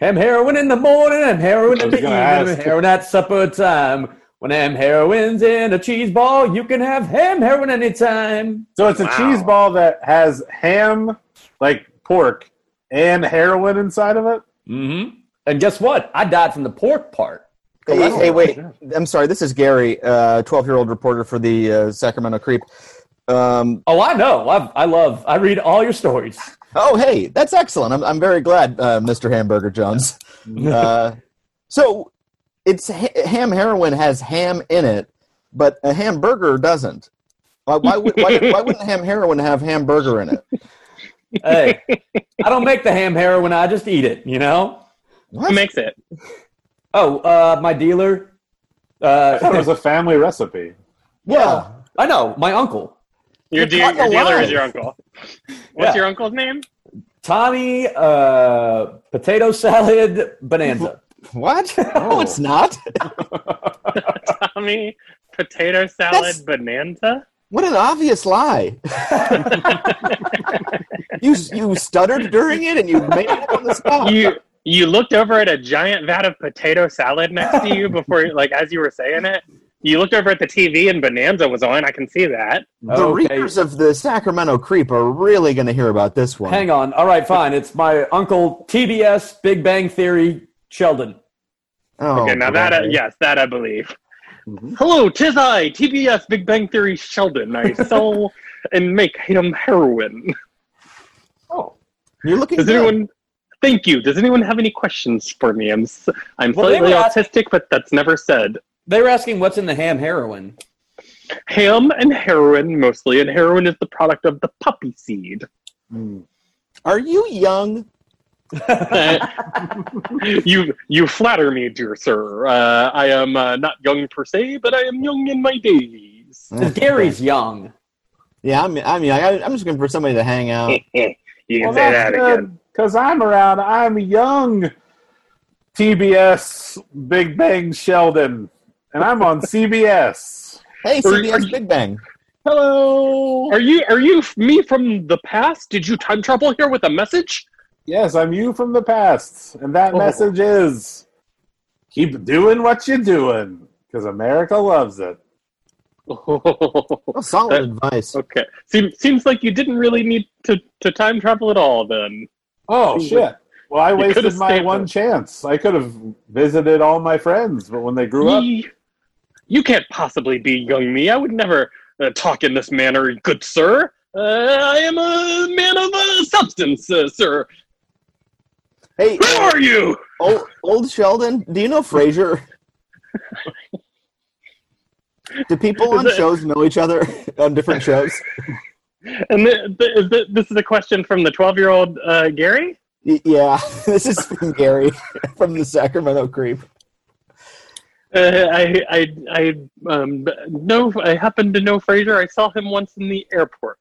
[SPEAKER 3] Ham heroin in the morning, ham heroin
[SPEAKER 5] I
[SPEAKER 3] in
[SPEAKER 5] was
[SPEAKER 3] the evening,
[SPEAKER 5] gonna ask.
[SPEAKER 3] heroin at supper time. When ham heroin's in a cheese ball, you can have ham heroin anytime.
[SPEAKER 5] So it's a
[SPEAKER 2] Wow.
[SPEAKER 5] cheese ball that has ham, like pork, and heroin inside of it.
[SPEAKER 3] Mm-hmm. And guess what? I died from the pork part.
[SPEAKER 4] Hey,
[SPEAKER 5] Wow.
[SPEAKER 4] hey, wait. I'm sorry. This is Gary, uh, twelve-year-old reporter for the uh, Sacramento Creep. Um,
[SPEAKER 3] Oh, I know. I've, I love. I read all your stories.
[SPEAKER 4] Oh, hey, that's excellent. I'm, I'm very glad, uh, Mr. Hamburger Jones. Uh, so it's ha- ham heroin has ham in it, but a hamburger doesn't. Why, why, would, why, why wouldn't ham heroin have hamburger in it?
[SPEAKER 3] hey, I don't make the ham heroin. I just eat it. You know.
[SPEAKER 4] What?
[SPEAKER 2] Who makes it?
[SPEAKER 3] Oh, uh, my dealer.
[SPEAKER 5] I thought it
[SPEAKER 3] Uh,
[SPEAKER 5] was a family recipe.
[SPEAKER 4] yeah.
[SPEAKER 3] I know my uncle
[SPEAKER 2] Your,
[SPEAKER 4] You're
[SPEAKER 2] de-
[SPEAKER 4] caught
[SPEAKER 2] your dealer
[SPEAKER 4] alive.
[SPEAKER 2] is your uncle. What's
[SPEAKER 3] Yeah.
[SPEAKER 2] your uncle's name?
[SPEAKER 3] Tommy. Uh, potato salad bonanza.
[SPEAKER 4] What?
[SPEAKER 3] Oh.
[SPEAKER 4] No, it's not.
[SPEAKER 2] Tommy Potato Salad
[SPEAKER 4] That's-
[SPEAKER 2] Bonanza.
[SPEAKER 4] What an obvious lie. you, you stuttered during it and you made it up on the spot.
[SPEAKER 2] You you looked over at a giant vat of potato salad next to you before, you- like as you were saying it. You looked over at the TV and Bonanza was on. I can see that.
[SPEAKER 4] the readers of the Sacramento Creep are really going to hear about this one.
[SPEAKER 3] Hang on. All right, fine. It's my uncle TBS Big Bang Theory Sheldon.
[SPEAKER 4] Oh,
[SPEAKER 2] okay, now that uh, I,
[SPEAKER 4] boy.
[SPEAKER 2] yes, that I believe.
[SPEAKER 5] Mhm.
[SPEAKER 2] Hello, tis I, TBS Big Bang Theory Sheldon. I sell and make him heroin.
[SPEAKER 4] You're looking
[SPEAKER 2] Does
[SPEAKER 4] good.
[SPEAKER 2] anyone? Thank you. Does anyone have any questions for me? I'm s- I'm
[SPEAKER 3] Well, they
[SPEAKER 2] slightly
[SPEAKER 3] were asking-
[SPEAKER 2] autistic, but that's never said.
[SPEAKER 3] They were asking what's in the ham heroin.
[SPEAKER 2] Ham and heroin mostly, and heroin is the product of the poppy seed.
[SPEAKER 4] Are you young?
[SPEAKER 2] Uh, you you flatter me, dear sir. Uh, I am uh, not young per se, but I am young in my days.
[SPEAKER 4] Mm.
[SPEAKER 3] Gary's young.
[SPEAKER 4] Yeah, I mean, I mean, I, I'm just looking for somebody to hang out.
[SPEAKER 2] you can
[SPEAKER 5] Well,
[SPEAKER 2] say
[SPEAKER 5] that's
[SPEAKER 2] that
[SPEAKER 5] good
[SPEAKER 2] again.
[SPEAKER 5] because I'm around. I'm young. TBS Big Bang Sheldon, and I'm on CBS.
[SPEAKER 4] Hey,
[SPEAKER 2] Or- or-
[SPEAKER 4] CBS Big Bang.
[SPEAKER 5] Hello.
[SPEAKER 2] Are you are you f- me from the past? Did you time travel here with a message?
[SPEAKER 5] Yes, I'm you from the past, and that
[SPEAKER 2] Oh.
[SPEAKER 5] message is keep doing what you're doing because America loves it.
[SPEAKER 4] Well, Oh,
[SPEAKER 2] Uh,
[SPEAKER 4] solid advice.
[SPEAKER 2] okay. Seems seems like you didn't really need to, to time travel at all then.
[SPEAKER 5] Oh
[SPEAKER 2] Ooh.
[SPEAKER 5] shit! Well, I
[SPEAKER 2] You could've
[SPEAKER 5] wasted my
[SPEAKER 2] stayed
[SPEAKER 5] one
[SPEAKER 2] with-
[SPEAKER 5] chance. I could have visited all my friends, but when they grew up,
[SPEAKER 2] Ye- you can't possibly be young me. I would never uh, talk in this manner, good sir. Uh, I am a man of uh, substance, uh, sir.
[SPEAKER 4] Hey,
[SPEAKER 2] Who
[SPEAKER 4] uh,
[SPEAKER 2] are you?
[SPEAKER 4] old, old Sheldon, do you know Frasier? do people
[SPEAKER 2] Is
[SPEAKER 4] on
[SPEAKER 2] it-
[SPEAKER 4] shows know each other on different shows?
[SPEAKER 2] And the, the, is the, this is a question from the 12 year old uh, Gary?
[SPEAKER 4] Y- yeah, this is from Gary from the Sacramento Creep.
[SPEAKER 2] Uh, I, I, I, um, know, I happen to know Fraser. I saw him once in the airport.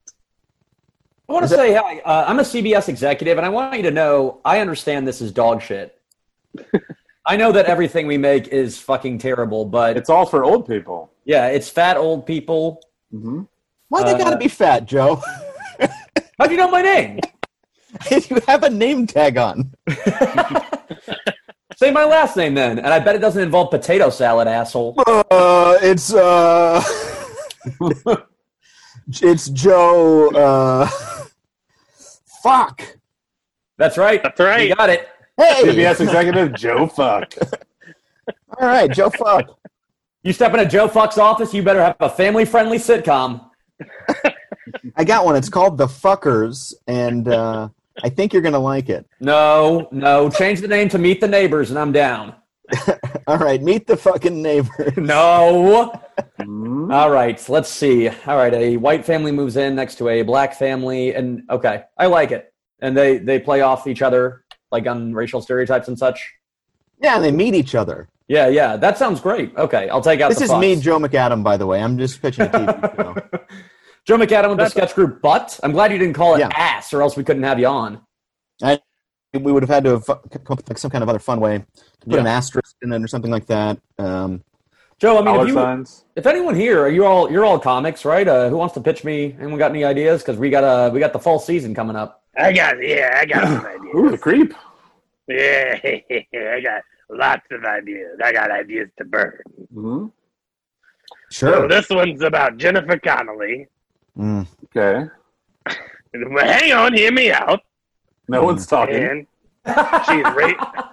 [SPEAKER 3] I want
[SPEAKER 4] Is
[SPEAKER 3] to say, hi, uh, I'm a CBS executive, and I want you to know I understand this is dog shit. I know that everything we make is fucking terrible, but
[SPEAKER 5] it's all for old people.
[SPEAKER 3] yeah, it's fat old people.
[SPEAKER 5] Mhm.
[SPEAKER 4] Why they gotta
[SPEAKER 3] Uh,
[SPEAKER 4] be fat, Joe?
[SPEAKER 3] How do you know my name?
[SPEAKER 4] you have a name tag on.
[SPEAKER 3] Say my last name then, and I bet it doesn't involve potato salad, asshole.
[SPEAKER 4] Uh, it's uh, it's Joe. Uh, fuck.
[SPEAKER 3] That's right.
[SPEAKER 2] That's right.
[SPEAKER 3] You got it.
[SPEAKER 4] Hey.
[SPEAKER 5] CBS executive Joe Fuck.
[SPEAKER 4] All right, Joe. Fuck.
[SPEAKER 3] You step into Joe Fuck's office, you better have a family-friendly sitcom.
[SPEAKER 4] I got one. It's called The Fuckers, and uh, I think you're gonna like it.
[SPEAKER 3] No, no. Change the name to Meet the Neighbors, and I'm down.
[SPEAKER 4] All right, meet the fucking neighbor.
[SPEAKER 3] No.
[SPEAKER 5] Mm.
[SPEAKER 3] All right, let's see. All right, a white family moves in next to a black family, and okay, I like it. And they they play off each other like on racial stereotypes and such.
[SPEAKER 4] Yeah, and they meet each other.
[SPEAKER 3] Yeah, yeah, that sounds great. Okay, I'll take out.
[SPEAKER 4] This
[SPEAKER 3] the
[SPEAKER 4] is me,
[SPEAKER 3] Fox.
[SPEAKER 4] Joe McAdam. By the way, I'm just pitching a TV show.
[SPEAKER 3] Joe McAdam with the
[SPEAKER 2] That's-
[SPEAKER 3] sketch group. But I'm glad you didn't call it
[SPEAKER 4] Yeah.
[SPEAKER 3] ass, or else we couldn't have you on.
[SPEAKER 4] we would have had to have fu- come up with like some kind of other fun way to put
[SPEAKER 3] Yeah.
[SPEAKER 4] an asterisk in it or something like that. Um,
[SPEAKER 3] Joe, I mean,
[SPEAKER 5] Dollar
[SPEAKER 3] if, you,
[SPEAKER 5] signs.
[SPEAKER 3] if anyone here, are you all you're all comics, right? Uh, who wants to pitch me? Anyone got any ideas? Because we got uh, we got the fall season coming up.
[SPEAKER 2] I got yeah, I got some
[SPEAKER 5] Ooh,
[SPEAKER 2] ideas.
[SPEAKER 5] the creep.
[SPEAKER 2] Yeah, I got lots of ideas. I got ideas to burn.
[SPEAKER 5] Mhm. Oh.
[SPEAKER 2] So
[SPEAKER 4] sure.
[SPEAKER 2] this one's about Jennifer Connelly.
[SPEAKER 4] Mm.
[SPEAKER 5] Okay.
[SPEAKER 2] Well, hang on, hear me out. Oh,
[SPEAKER 5] No one's talking.
[SPEAKER 2] And she's ra-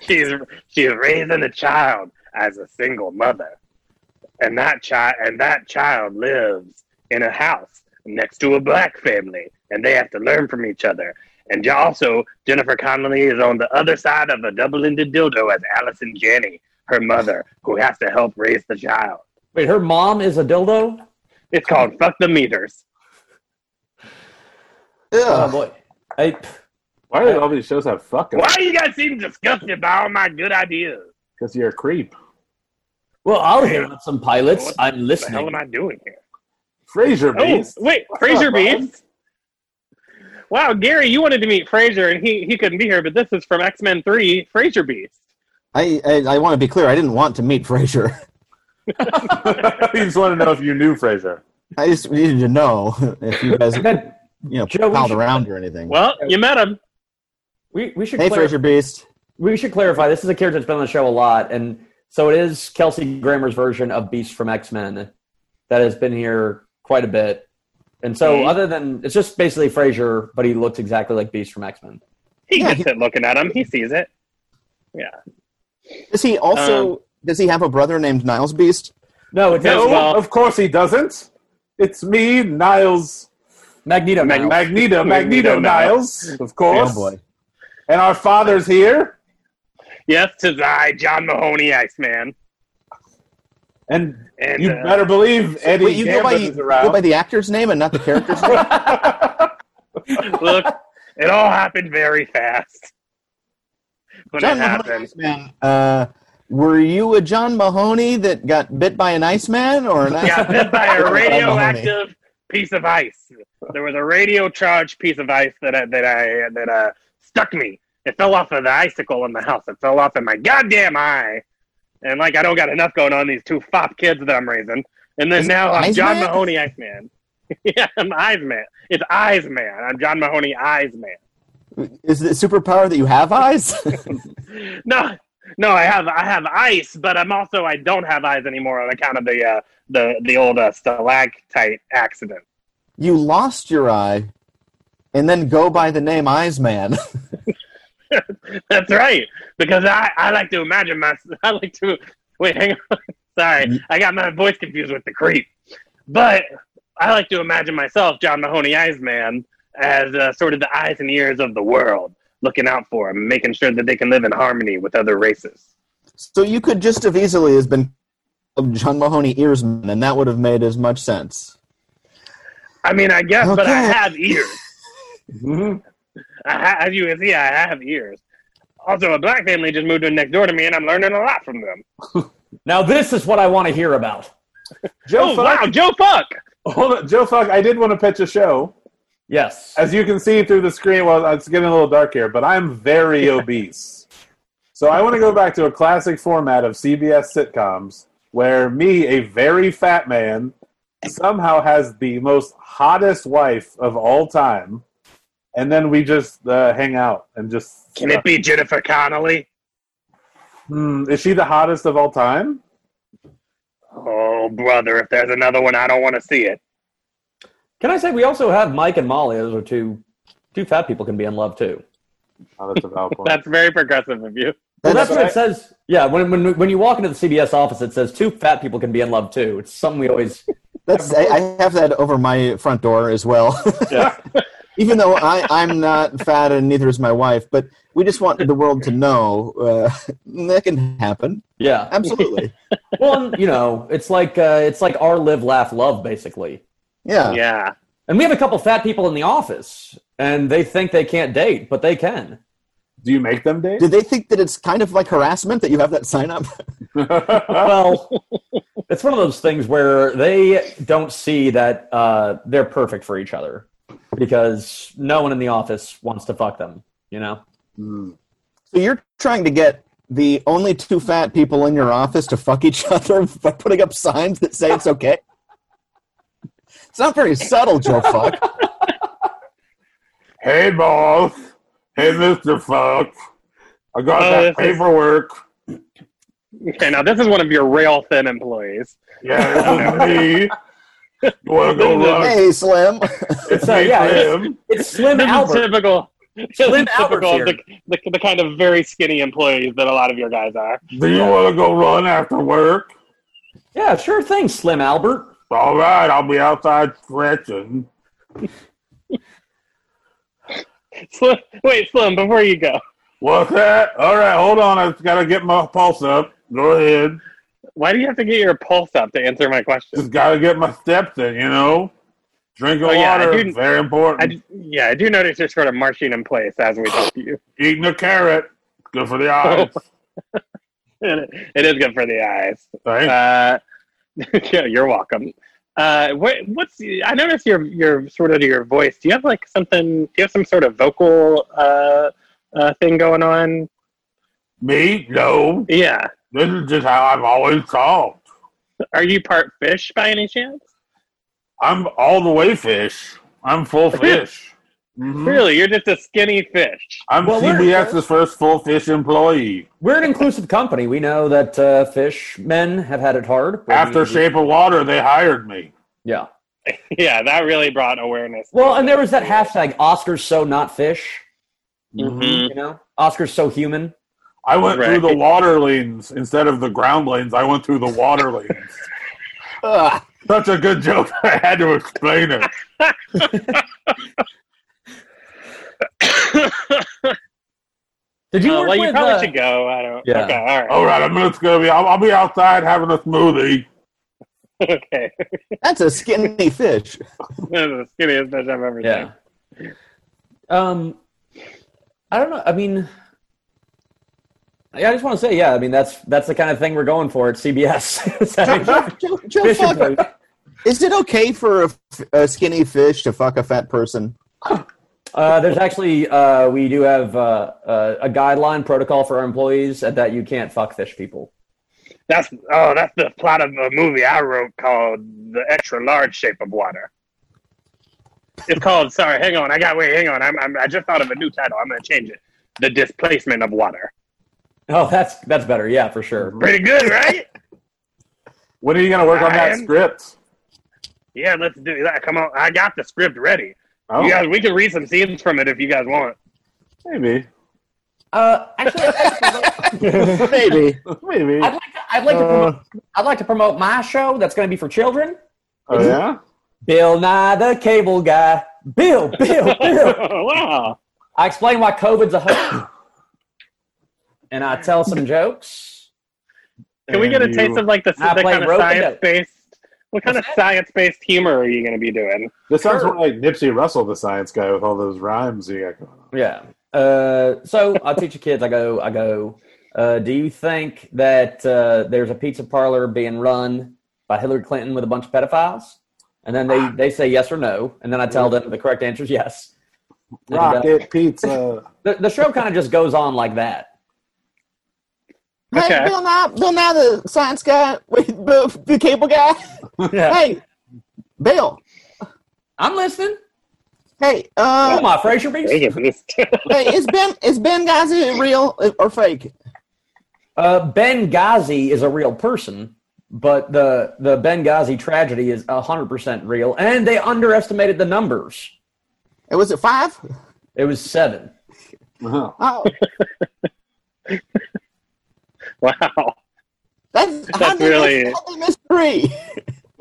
[SPEAKER 2] she's she's raising a child as a single mother, and that child and that child lives in a house next to a black family, and they have to learn from each other. And j- also, Jennifer Connelly is on the other side of a double-ended dildo as Allison Janney, her mother, who has to help raise the child.
[SPEAKER 3] Wait, her mom is a dildo.
[SPEAKER 2] It's called "Fuck the Meters."
[SPEAKER 3] Oh
[SPEAKER 4] Ugh.
[SPEAKER 3] boy. I,
[SPEAKER 5] Why do all these shows have fucking?
[SPEAKER 2] Why you guys seem disgusted by all my good ideas?
[SPEAKER 5] Because you're a creep.
[SPEAKER 3] well, I'll hear on some pilots.
[SPEAKER 2] What
[SPEAKER 3] I'm
[SPEAKER 2] What the hell
[SPEAKER 3] listening.
[SPEAKER 2] am I doing here?
[SPEAKER 5] Fraser Beast.
[SPEAKER 2] Oh, wait, Fraser Beats. Wow, Gary, you wanted to meet Fraser, and he, he couldn't be here, but this is from X Men 3, Fraser Beast.
[SPEAKER 4] I I, I want to be clear. I didn't want to meet Frasier.
[SPEAKER 5] you just want to know if you knew Fraser.
[SPEAKER 4] I just needed to know if you guys you
[SPEAKER 3] Then
[SPEAKER 4] know
[SPEAKER 3] Joe, we
[SPEAKER 4] palled
[SPEAKER 3] should-
[SPEAKER 4] around or anything.
[SPEAKER 2] Well, you met him.
[SPEAKER 3] we, we should
[SPEAKER 4] hey,
[SPEAKER 3] clar-
[SPEAKER 4] Frasier Beast.
[SPEAKER 3] we should clarify. This is a character that's been on the show a lot, and so it is Kelsey Grammer's version of Beast from X Men that has been here quite a bit. And so,
[SPEAKER 2] Mhm.
[SPEAKER 3] other than it's just basically Frasier, but he looks exactly like Beast from X Men.
[SPEAKER 2] He
[SPEAKER 4] Yeah,
[SPEAKER 2] gets it looking at him. He sees it.
[SPEAKER 4] Does he also?
[SPEAKER 5] Um,
[SPEAKER 4] does he have a brother named Niles Beast?
[SPEAKER 3] No, it's
[SPEAKER 2] No.
[SPEAKER 3] no.
[SPEAKER 2] well.
[SPEAKER 5] of course he doesn't. It's me, Niles.
[SPEAKER 3] Magneto.
[SPEAKER 2] Mag-
[SPEAKER 3] now.
[SPEAKER 5] Magneto, Magneto
[SPEAKER 2] Magneto
[SPEAKER 5] Niles, of course.
[SPEAKER 4] Oh boy.
[SPEAKER 5] And our father's here.
[SPEAKER 2] Yes, tis I, John Mahoney, Iceman.
[SPEAKER 5] And
[SPEAKER 2] And
[SPEAKER 5] you
[SPEAKER 2] uh,
[SPEAKER 5] better believe Eddie
[SPEAKER 4] Wait, you go by,
[SPEAKER 5] Gambit
[SPEAKER 4] you
[SPEAKER 5] is around.
[SPEAKER 4] go by the actor's name and not the character's name?
[SPEAKER 2] look, it all happened very fast. When
[SPEAKER 4] John
[SPEAKER 2] it
[SPEAKER 4] Mahoney,
[SPEAKER 2] happened,
[SPEAKER 4] Iceman. Uh, were you a John Mahoney that got bit by an Iceman or an
[SPEAKER 2] yeah,
[SPEAKER 4] Iceman?
[SPEAKER 2] bit by a
[SPEAKER 4] John Mahoney.
[SPEAKER 2] radioactive piece of ice. There was a radio charged piece of ice that I, that I that uh, stuck me. It fell off of the icicle in the house. It fell off in my goddamn eye. And like I don't got enough going on these two fop kids that I'm raising. And then
[SPEAKER 4] Is it
[SPEAKER 2] now I'm
[SPEAKER 4] Eyes
[SPEAKER 2] John
[SPEAKER 4] Man?
[SPEAKER 2] Mahoney Ice Man. yeah, I'm Eyes Man. It's Eyes Man. I'm John Mahoney Eyes Man.
[SPEAKER 4] Is it a superpower that you have eyes?
[SPEAKER 2] No, no, I have I have ice, but I'm also I don't have eyes anymore on account of the uh, the the old uh, stalactite accident.
[SPEAKER 4] you lost your eye and then go by the name Eyes Man.
[SPEAKER 2] That's right. Because I, I like to imagine myself. I like to. Wait, hang on. Sorry. I got my voice confused with the creep. But I like to imagine myself, John Mahoney Eyes Man, as uh, sort of the eyes and ears of the world, looking out for them, making sure that they can live in harmony with other races.
[SPEAKER 4] so you could just have easily has been called John Mahoney Earsman, and that would have made as much sense.
[SPEAKER 2] I mean, I guess, but I
[SPEAKER 4] Okay.
[SPEAKER 2] have ears.
[SPEAKER 5] Mhm.
[SPEAKER 2] I ha- as you can see, I have ears. Also, a black family just moved in next door to me, and I'm learning a lot from them.
[SPEAKER 3] Now this is what I want to hear about.
[SPEAKER 5] Joe
[SPEAKER 2] oh,
[SPEAKER 5] Fuck.
[SPEAKER 2] wow, Joe Fuck!
[SPEAKER 5] Hold on, Joe Fuck, I did want to pitch a show.
[SPEAKER 3] Yes.
[SPEAKER 5] As you can see through the screen, well, it's getting a little dark here, but I'm very obese. So I want to go back to a classic format of CBS sitcoms where me, a very fat man, somehow has the most hottest wife of all time and then we just uh, hang out and just.
[SPEAKER 2] Can it be Jennifer Connolly?
[SPEAKER 5] Hmm, is she the hottest of all time?
[SPEAKER 2] Oh, brother, if there's another one, I don't want to see it.
[SPEAKER 3] Can I say we also have Mike and Molly? Those are two two fat people can be in love too.
[SPEAKER 5] Oh, that's a valid point.
[SPEAKER 2] That's very progressive of you.
[SPEAKER 3] Well, that's,
[SPEAKER 4] That's
[SPEAKER 3] what it says. Yeah, when, when when you walk into the CBS office, it says two fat people can be in love too. It's something we always.
[SPEAKER 4] That's I, I have that over my front door as well.
[SPEAKER 5] Yeah.
[SPEAKER 4] Even though I, I'm not fat and neither is my wife, but we just want the world to know uh, that can happen.
[SPEAKER 3] Yeah.
[SPEAKER 4] Absolutely.
[SPEAKER 3] Well, and, you know, it's like uh, it's like our live, laugh, love, basically.
[SPEAKER 4] Yeah.
[SPEAKER 2] yeah.
[SPEAKER 3] And we have a couple fat people in the office, and they think they can't date, but they can.
[SPEAKER 5] Do you make them date?
[SPEAKER 4] Do they think that it's kind of like harassment that you have that sign up?
[SPEAKER 3] Well, it's one of those things where they don't see that uh, they're perfect for each other because no one in the office wants to fuck them. You know.
[SPEAKER 5] Hmm.
[SPEAKER 4] So you're trying to get the only two fat people in your office to fuck each other by putting up signs that say it's okay. It's not very subtle, Joe. Fuck.
[SPEAKER 5] Hey, boss. Hey, Mr. Fuck. I got
[SPEAKER 2] Oh,
[SPEAKER 5] that
[SPEAKER 2] this is-
[SPEAKER 5] paperwork.
[SPEAKER 2] Okay, now this is one of your rail thin employees.
[SPEAKER 5] Yeah, this is me. You want to go
[SPEAKER 2] This is-
[SPEAKER 5] run?
[SPEAKER 4] Hey, Slim.
[SPEAKER 5] It's
[SPEAKER 3] So,
[SPEAKER 5] me,
[SPEAKER 3] yeah, it's-
[SPEAKER 5] Slim.
[SPEAKER 3] It's Slim
[SPEAKER 2] This is
[SPEAKER 3] Albert.
[SPEAKER 2] typical. This is
[SPEAKER 3] Lynn
[SPEAKER 2] typical of
[SPEAKER 3] Albert's
[SPEAKER 2] the, the, the kind of very skinny employees that a lot of your guys are.
[SPEAKER 5] Do you want to go run after work?
[SPEAKER 3] Yeah, sure thing, Slim Albert.
[SPEAKER 5] All right, I'll be outside stretching.
[SPEAKER 2] Slim, wait, Slim, before you go,
[SPEAKER 5] What's that? All right, hold on. I just gotta get my pulse up. Go ahead.
[SPEAKER 2] why do you have to get your pulse up to answer my question?
[SPEAKER 5] Just gotta get my steps in. You know, drinking
[SPEAKER 2] Oh, yeah, I
[SPEAKER 5] water
[SPEAKER 2] do-
[SPEAKER 5] very
[SPEAKER 2] I,
[SPEAKER 5] important.
[SPEAKER 2] d- yeah, I do notice you're sort of marching in place as we talk to you.
[SPEAKER 5] Eating a carrot, good for the
[SPEAKER 2] Oh.
[SPEAKER 5] eyes.
[SPEAKER 2] It, it is good for the eyes.
[SPEAKER 5] Thanks.
[SPEAKER 2] Uh, yeah, you're welcome. Uh, what, what's I noticed your your sort of your voice. Do you have like something? Do you have some sort of vocal uh, uh, thing going on?
[SPEAKER 5] me? No.
[SPEAKER 2] Yeah.
[SPEAKER 5] This is just how I've always talked.
[SPEAKER 2] Are you part fish by any chance?
[SPEAKER 5] I'm all the way fish. I'm full fish. Mhm.
[SPEAKER 3] Hmm?
[SPEAKER 2] Really, you're just a skinny fish.
[SPEAKER 5] I'm
[SPEAKER 3] Well, we're-
[SPEAKER 5] CBS's first full fish employee.
[SPEAKER 3] We're an inclusive company. We know that uh, fish men have had it hard. but
[SPEAKER 5] After
[SPEAKER 3] we-
[SPEAKER 5] Shape of Water, they hired me.
[SPEAKER 3] Yeah.
[SPEAKER 2] Yeah, that really brought awareness.
[SPEAKER 3] Well, and there was that hashtag Oscars so not fish.
[SPEAKER 2] Mhm.
[SPEAKER 3] You know, Oscars so human.
[SPEAKER 5] I went
[SPEAKER 2] Right.
[SPEAKER 5] through the water lanes instead of the ground lanes. I went through the water lanes.
[SPEAKER 4] Ugh.
[SPEAKER 5] Such a good joke. I had to explain it.
[SPEAKER 3] Did you
[SPEAKER 2] Uh,
[SPEAKER 3] work
[SPEAKER 2] well, you
[SPEAKER 3] with,
[SPEAKER 2] probably
[SPEAKER 3] uh,
[SPEAKER 2] should go. I don't.
[SPEAKER 3] Yeah.
[SPEAKER 2] Okay. All right.
[SPEAKER 5] All right, I'm just gonna be. I'll, I'll be outside having a smoothie.
[SPEAKER 2] Okay.
[SPEAKER 4] That's a skinny fish.
[SPEAKER 2] this is the skinniest fish I've ever
[SPEAKER 3] Yeah. Um, I don't know. I mean, I I just want to say, yeah. I mean, that's that's the kind of thing we're going for at CBS. It's having
[SPEAKER 4] Joe, Joe
[SPEAKER 3] fish
[SPEAKER 4] fuck.
[SPEAKER 3] employees.
[SPEAKER 4] Is it okay for a, f- a skinny fish to fuck a fat person?
[SPEAKER 3] Uh, there's actually uh, we do have uh, uh, a guideline protocol for our employees that you can't fuck fish people.
[SPEAKER 2] seen. That's oh, that's the plot of a movie I wrote called "The Extra Large Shape of Water." It's called. Sorry, hang on. I got wait. Hang on. I'm, I'm. I just thought of a new title. I'm gonna change it. The Displacement of Water.
[SPEAKER 3] Oh, that's that's better. Yeah, for sure.
[SPEAKER 2] Pretty good, right?
[SPEAKER 5] When are you gonna work on that
[SPEAKER 2] Ryan?
[SPEAKER 5] script?
[SPEAKER 2] yeah. Let's do that. Come on. I got the script ready.
[SPEAKER 5] Oh,
[SPEAKER 2] You guys, we can read some scenes from it if you guys want.
[SPEAKER 5] maybe,
[SPEAKER 3] Uh, actually, I'd like to
[SPEAKER 4] Maybe.
[SPEAKER 5] maybe. Uh,
[SPEAKER 3] I'd like to, I'd like to, promote, I'd like to promote my show. That's going to be for children.
[SPEAKER 5] oh yeah.
[SPEAKER 3] Bill Nye the Cable Guy. Bill, Bill, Bill.
[SPEAKER 2] wow.
[SPEAKER 3] I explain why COVID's a hoax, and I tell some jokes.
[SPEAKER 2] Can we get a
[SPEAKER 5] And
[SPEAKER 2] taste
[SPEAKER 5] you-
[SPEAKER 2] of like the,
[SPEAKER 3] I
[SPEAKER 2] the
[SPEAKER 3] play
[SPEAKER 2] kind of
[SPEAKER 3] rope and
[SPEAKER 2] science based? What kind of science based humor are you going to be doing?
[SPEAKER 5] This sounds
[SPEAKER 3] Sure.
[SPEAKER 5] more like Nipsey Russell, the science guy, with all those rhymes he got going on.
[SPEAKER 3] Yeah. Uh, so I teach the kids. I go. I go. Uh, do you think that uh, there's a pizza parlor being run by Hillary Clinton with a bunch of pedophiles? And then they, they say yes or no, and then I tell them the correct answer is yes. And, uh,
[SPEAKER 5] Rocket pizza.
[SPEAKER 3] the, the show kind of just goes on like that.
[SPEAKER 4] Hey,
[SPEAKER 2] Okay.
[SPEAKER 4] Bill Nye, Bill Nye, the science guy, wait, Bill, the cable guy.
[SPEAKER 3] Yeah.
[SPEAKER 4] Hey, Bill,
[SPEAKER 3] I'm listening.
[SPEAKER 4] Hey, uh,
[SPEAKER 3] Come on, Fraser Beast.
[SPEAKER 4] hey, is Ben is Benghazi real or fake?
[SPEAKER 3] Uh, Benghazi is a real person, but the the Benghazi tragedy is hundred percent real, and they underestimated the numbers.
[SPEAKER 4] Hey, Was it five?
[SPEAKER 3] It was seven.
[SPEAKER 5] Uh-huh.
[SPEAKER 4] Oh,
[SPEAKER 2] wow.
[SPEAKER 4] that's, how
[SPEAKER 2] That's
[SPEAKER 4] did
[SPEAKER 2] really-
[SPEAKER 4] they- how did they miss three.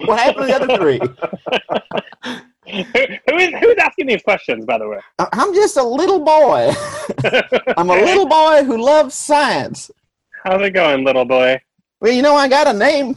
[SPEAKER 4] what happened to the other three?
[SPEAKER 2] who is who's asking these questions, by the way?
[SPEAKER 4] I- Uh, I'm just a little boy. I'm a little boy who loves science.
[SPEAKER 2] How's it going, little boy?
[SPEAKER 4] Well, you know, I got a name.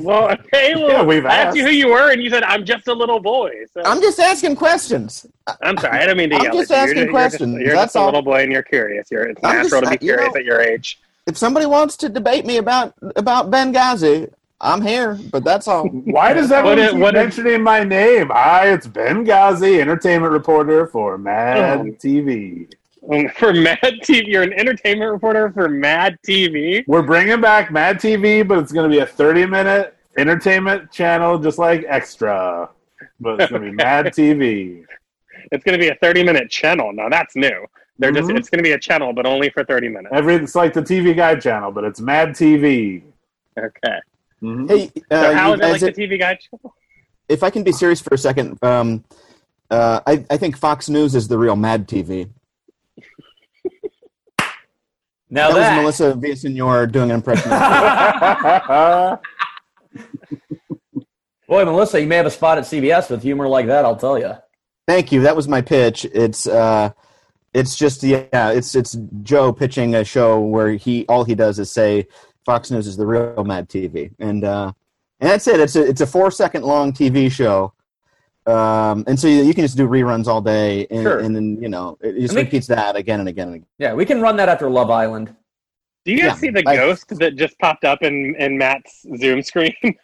[SPEAKER 2] Well, okay, well,
[SPEAKER 5] Yeah, we've
[SPEAKER 2] I asked you
[SPEAKER 5] asked.
[SPEAKER 2] who you were, and you said I'm just a little boy. So
[SPEAKER 4] I'm just asking questions.
[SPEAKER 2] I'm sorry, I don't mean to
[SPEAKER 4] I'm
[SPEAKER 2] yell.
[SPEAKER 4] just
[SPEAKER 2] at you.
[SPEAKER 4] asking
[SPEAKER 2] you're, you're
[SPEAKER 4] questions,
[SPEAKER 2] Just, you're
[SPEAKER 4] that's
[SPEAKER 2] just a
[SPEAKER 4] all.
[SPEAKER 2] little boy, and you're curious. You're it's
[SPEAKER 4] I'm just-
[SPEAKER 2] natural to be
[SPEAKER 4] you know-
[SPEAKER 2] curious at your age.
[SPEAKER 4] If somebody wants to debate me about about Benghazi, I'm here. But that's all.
[SPEAKER 5] Why does everyone
[SPEAKER 2] What it-
[SPEAKER 5] keep
[SPEAKER 2] what it-
[SPEAKER 5] mentioning my name? Hi, it's Benghazi, entertainment reporter for Mad
[SPEAKER 2] Oh.
[SPEAKER 5] TV.
[SPEAKER 2] Um, For Mad TV, you're an entertainment reporter for Mad TV.
[SPEAKER 5] We're bringing back Mad TV, but it's going to be a 30 minute entertainment channel, just like Extra. But it's going to be Mad TV.
[SPEAKER 2] It's going to be a 30 minute channel. Now that's new. They're just
[SPEAKER 4] Mm-hmm.
[SPEAKER 5] Mhm.
[SPEAKER 2] it's going to be a channel, but only for 30 minutes.
[SPEAKER 4] Uh,
[SPEAKER 5] Every it's like the TV Guide channel, but it's Mad TV.
[SPEAKER 2] Okay.
[SPEAKER 5] Mhm.
[SPEAKER 4] Hey,
[SPEAKER 2] So
[SPEAKER 4] uh,
[SPEAKER 2] how
[SPEAKER 4] you
[SPEAKER 2] is it like
[SPEAKER 4] guys,
[SPEAKER 2] the TV guide channel?
[SPEAKER 4] if I can be serious for a second, um, uh, I, I think Fox News is the real Mad TV.
[SPEAKER 3] Now
[SPEAKER 4] that
[SPEAKER 3] that,
[SPEAKER 4] was Melissa Villasenor doing an impression. of-
[SPEAKER 3] boy, Melissa, you may have a spot at CBS with humor like that. I'll tell you.
[SPEAKER 4] Thank you. That was my pitch. It's uh, it's just yeah, it's it's Joe pitching a show where he all he does is say Fox News is the real Mad TV, and uh, and that's it. It's a it's a four second long TV show, um, and so you, you can just do reruns all day, and,
[SPEAKER 3] Sure.
[SPEAKER 4] and then you know it just
[SPEAKER 3] I mean-
[SPEAKER 4] repeats that again and again and again.
[SPEAKER 3] Yeah, we can run that after Love Island.
[SPEAKER 2] Do you guys
[SPEAKER 4] Yeah,
[SPEAKER 2] see the
[SPEAKER 4] I-
[SPEAKER 2] ghost that just popped up in, in Matt's Zoom screen?
[SPEAKER 5] hey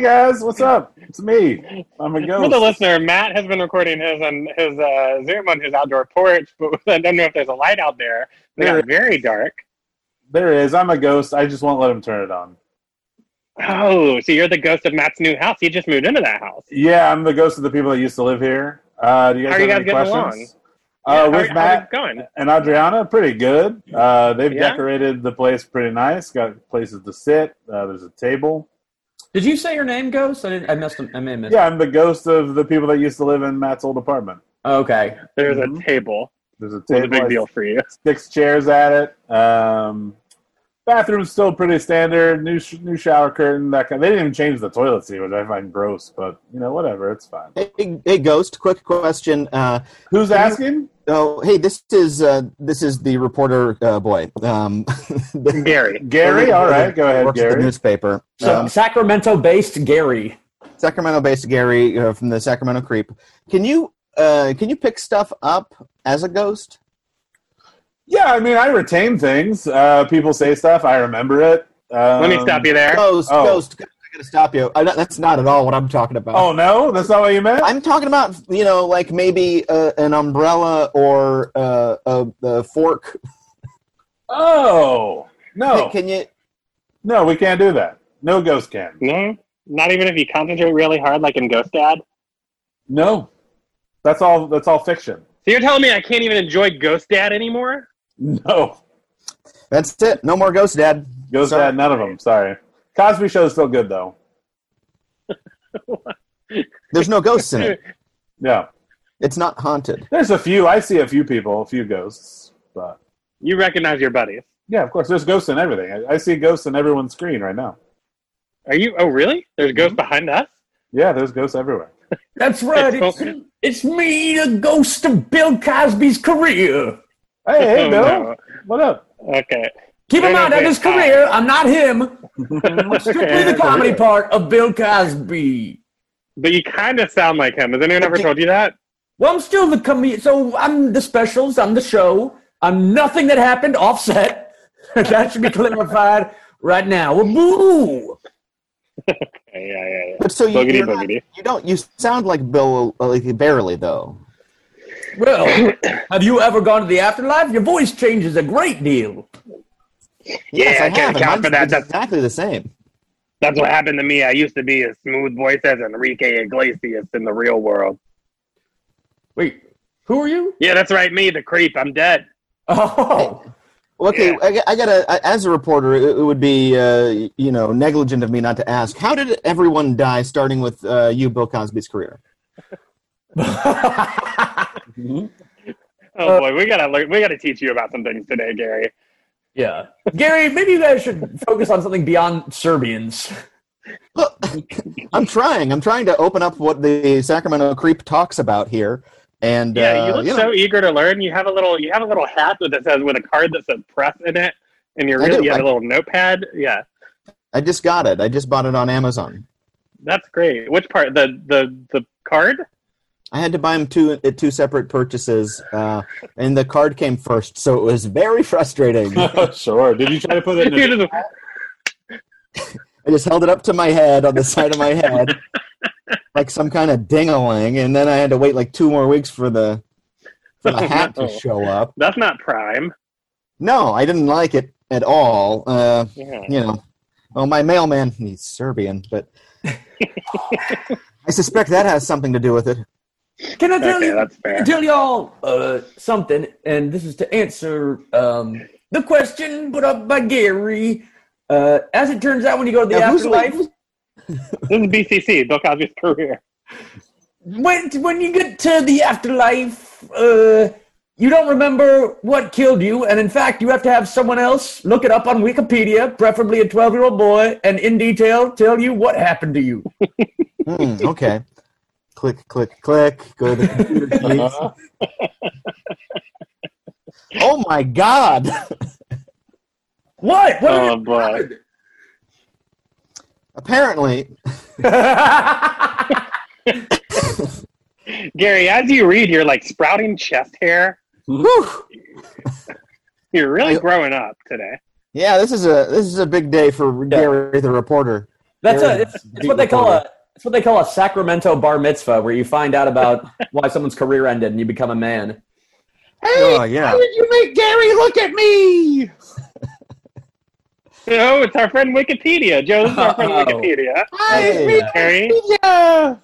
[SPEAKER 5] guys, what's up? It's me. I'm a
[SPEAKER 2] For the
[SPEAKER 5] ghost.
[SPEAKER 2] listener, Matt has been recording his on his uh, Zoom on his outdoor porch, but I don't know if there's a light out there. It got very dark.
[SPEAKER 5] There it is. I'm a ghost. I just won't let him turn it on.
[SPEAKER 2] Oh, so you're the ghost of Matt's new house. He just moved into that house.
[SPEAKER 5] Yeah, I'm the ghost of the people that used to live here. Uh, do you guys
[SPEAKER 2] How are
[SPEAKER 5] have
[SPEAKER 2] you
[SPEAKER 5] any
[SPEAKER 2] guys getting
[SPEAKER 5] questions?
[SPEAKER 2] Yeah,
[SPEAKER 5] Uh,
[SPEAKER 2] how-
[SPEAKER 5] with
[SPEAKER 2] how's
[SPEAKER 5] Matt
[SPEAKER 2] it going?
[SPEAKER 5] and Adriana, pretty good. Uh, they've
[SPEAKER 2] Yeah?
[SPEAKER 5] decorated the place pretty nice. Got places to sit. Uh, there's a table.
[SPEAKER 3] Did you say your name, Ghost? I, didn't, I missed. him- I may have missed.
[SPEAKER 5] Yeah, I'm the ghost of the people that used to live in Matt's old apartment.
[SPEAKER 3] Okay.
[SPEAKER 2] There's a
[SPEAKER 5] Mhm.
[SPEAKER 2] Mm-hmm. table.
[SPEAKER 5] There's a
[SPEAKER 2] It's
[SPEAKER 5] table.
[SPEAKER 2] a big deal for you.
[SPEAKER 5] Six chairs at it. Um, bathroom's still pretty standard. New sh- new shower curtain. That kind. They didn't even change the toilet seat, which I find gross. But you know, whatever. It's fine.
[SPEAKER 4] Hey, hey, Ghost, quick question. Uh,
[SPEAKER 5] Who's asking?
[SPEAKER 4] oh, hey, this is uh, this is the reporter uh, boy. Um, the-
[SPEAKER 2] Gary.
[SPEAKER 5] Gary. All right, go ahead,
[SPEAKER 4] works at the
[SPEAKER 5] Gary.
[SPEAKER 4] newspaper.
[SPEAKER 3] So
[SPEAKER 4] Um,
[SPEAKER 3] Sacramento-based Gary.
[SPEAKER 4] Sacramento-based Gary uh, from the Sacramento Creep. Can you uh, can you pick stuff up as a ghost?
[SPEAKER 5] Yeah, I mean, I retain things. Uh, people say stuff, I remember it. Um,
[SPEAKER 2] Let me stop you there.
[SPEAKER 4] Ghost,
[SPEAKER 5] oh.
[SPEAKER 4] ghost. I gotta stop you. I, that's not at all what I'm talking about.
[SPEAKER 5] Oh no, that's not what you meant.
[SPEAKER 4] I'm talking about you know like maybe uh, an umbrella or uh, a, a fork.
[SPEAKER 5] oh no,
[SPEAKER 4] Can, can you?
[SPEAKER 5] no, we can't do that. No ghost can.
[SPEAKER 2] No, not even if you concentrate really hard, like in Ghost Dad.
[SPEAKER 5] No, that's all. That's all fiction.
[SPEAKER 2] So you're telling me I can't even enjoy Ghost Dad anymore?
[SPEAKER 5] No,
[SPEAKER 4] That's it. No more ghost, Dad.
[SPEAKER 5] ghost
[SPEAKER 4] Sorry.
[SPEAKER 5] dad. None of them. Sorry. Cosby Show is still good though.
[SPEAKER 4] There's no ghosts in it.
[SPEAKER 5] Yeah,
[SPEAKER 4] It's not haunted.
[SPEAKER 5] there's a few. I see a few people, a few ghosts, but
[SPEAKER 2] You recognize your buddies?
[SPEAKER 5] yeah, of course, there's ghosts in everything. I, I see ghosts in everyone's screen right now.
[SPEAKER 2] Are you? Oh, really? There's ghosts behind us.
[SPEAKER 5] Yeah, there's ghosts everywhere.
[SPEAKER 3] That's
[SPEAKER 2] right, It's-
[SPEAKER 3] it's me, the ghost of Bill Cosby's career.
[SPEAKER 5] Hey, hey,
[SPEAKER 2] Oh,
[SPEAKER 5] Bill,
[SPEAKER 2] no.
[SPEAKER 5] what up?
[SPEAKER 2] Okay.
[SPEAKER 3] Keep
[SPEAKER 2] in mind, that is career.
[SPEAKER 3] I'm not him. Strictly
[SPEAKER 2] the
[SPEAKER 5] comedy
[SPEAKER 3] part of Bill Cosby.
[SPEAKER 2] But you kind of sound like him. Has anyone ever
[SPEAKER 4] did-
[SPEAKER 2] told you that?
[SPEAKER 3] Well, I'm still the comedian. So I'm the specials. I'm the show. I'm nothing that happened offset. that should be clarified right now. Well, boo.
[SPEAKER 2] Yeah, yeah, yeah.
[SPEAKER 4] But so you,
[SPEAKER 2] Boogity,
[SPEAKER 4] you're not-
[SPEAKER 2] boogity.
[SPEAKER 4] you don't. You sound like Bill, like barely though.
[SPEAKER 3] Well, have you ever gone to the afterlife? Your voice changes a great deal.
[SPEAKER 4] Yes,
[SPEAKER 2] Yeah,
[SPEAKER 4] I
[SPEAKER 2] I can't
[SPEAKER 4] have.
[SPEAKER 2] account
[SPEAKER 4] and mine's
[SPEAKER 2] for that. That's-
[SPEAKER 4] Exactly the same.
[SPEAKER 2] That's what happened to me. I used to be as smooth voiced as Enrique Iglesias in the real world.
[SPEAKER 3] Wait, who are you?
[SPEAKER 2] Yeah, that's right. Me, the creep. I'm dead.
[SPEAKER 3] Oh,
[SPEAKER 4] Well, okay,
[SPEAKER 2] Yeah.
[SPEAKER 4] I, I gotta. I- As a reporter, it, it would be uh, you know negligent of me not to ask. How did everyone die, starting with uh, you, Bill Cosby's career?
[SPEAKER 2] Oh boy, we gotta learn. We gotta teach you about some things today, Gary.
[SPEAKER 3] yeah. Gary, maybe you guys should focus on something beyond Serbians.
[SPEAKER 4] Look, I'm trying. I'm trying to open up what the Sacramento creep talks about here, and
[SPEAKER 2] Yeah, you
[SPEAKER 4] uh,
[SPEAKER 2] look
[SPEAKER 4] know,
[SPEAKER 2] so eager to learn. You have a little. You have a little hat that says with a card that says press in it, and you're
[SPEAKER 4] I
[SPEAKER 2] really
[SPEAKER 4] do,
[SPEAKER 2] you have
[SPEAKER 4] I-
[SPEAKER 2] a little notepad. Yeah,
[SPEAKER 4] I just got it. I just bought it on Amazon.
[SPEAKER 2] that's great. Which part? The the the card?
[SPEAKER 4] I had to buy them two uh, two separate purchases, uh, and the card came first, so it was very frustrating. I
[SPEAKER 5] sure. Did you try to put it in? A,
[SPEAKER 2] You just-
[SPEAKER 4] just held it up to my head on the side of my head, like some kind of ding-a-ling, and then I had to wait like two more weeks for the for the hat to show up.
[SPEAKER 2] that's not prime.
[SPEAKER 4] No, I didn't like it at all. Uh,
[SPEAKER 2] Yeah.
[SPEAKER 4] you know, oh my mailman, he's Serbian, but I suspect that has something to do with it.
[SPEAKER 3] Can I tell
[SPEAKER 2] Okay,
[SPEAKER 3] you?
[SPEAKER 2] that's fair.
[SPEAKER 3] I tell y'all uh, something, and this is to answer um, the question put up by Gary. Uh, as it turns out, when you go to the
[SPEAKER 4] Now, who's
[SPEAKER 3] afterlife,
[SPEAKER 2] This is BCC, Bill Cosby's career.
[SPEAKER 3] when, when you get to the afterlife, uh, you don't remember what killed you, and in fact, you have to have someone else look it up on Wikipedia, preferably a 12 year old boy, and in detail tell you what happened to you.
[SPEAKER 4] Hmm, okay, click, click, click. Go to the computer, please.
[SPEAKER 5] Uh-huh.
[SPEAKER 4] Oh my God!
[SPEAKER 3] What? What?
[SPEAKER 2] Oh boy.
[SPEAKER 4] Apparently,
[SPEAKER 2] Gary, as you read, you're like sprouting chest hair.
[SPEAKER 4] whew,
[SPEAKER 2] You're really
[SPEAKER 4] I-
[SPEAKER 2] growing up today.
[SPEAKER 4] yeah, this is a this is a big day for
[SPEAKER 3] Yeah.
[SPEAKER 4] Gary the reporter.
[SPEAKER 3] That's
[SPEAKER 4] There
[SPEAKER 3] a,
[SPEAKER 4] it
[SPEAKER 3] it's,
[SPEAKER 4] is.
[SPEAKER 3] it's what they
[SPEAKER 4] Deep
[SPEAKER 3] call a
[SPEAKER 4] reporter.
[SPEAKER 3] it's what they call a Sacramento bar mitzvah, where you find out about why someone's career ended and you become a man.
[SPEAKER 4] Oh yeah,
[SPEAKER 5] did you make Gary look at me?
[SPEAKER 2] Oh, it's our friend Wikipedia. Joe, this is our friend
[SPEAKER 3] Oh.
[SPEAKER 2] Wikipedia.
[SPEAKER 4] Hey.
[SPEAKER 2] Gary,
[SPEAKER 5] Yeah.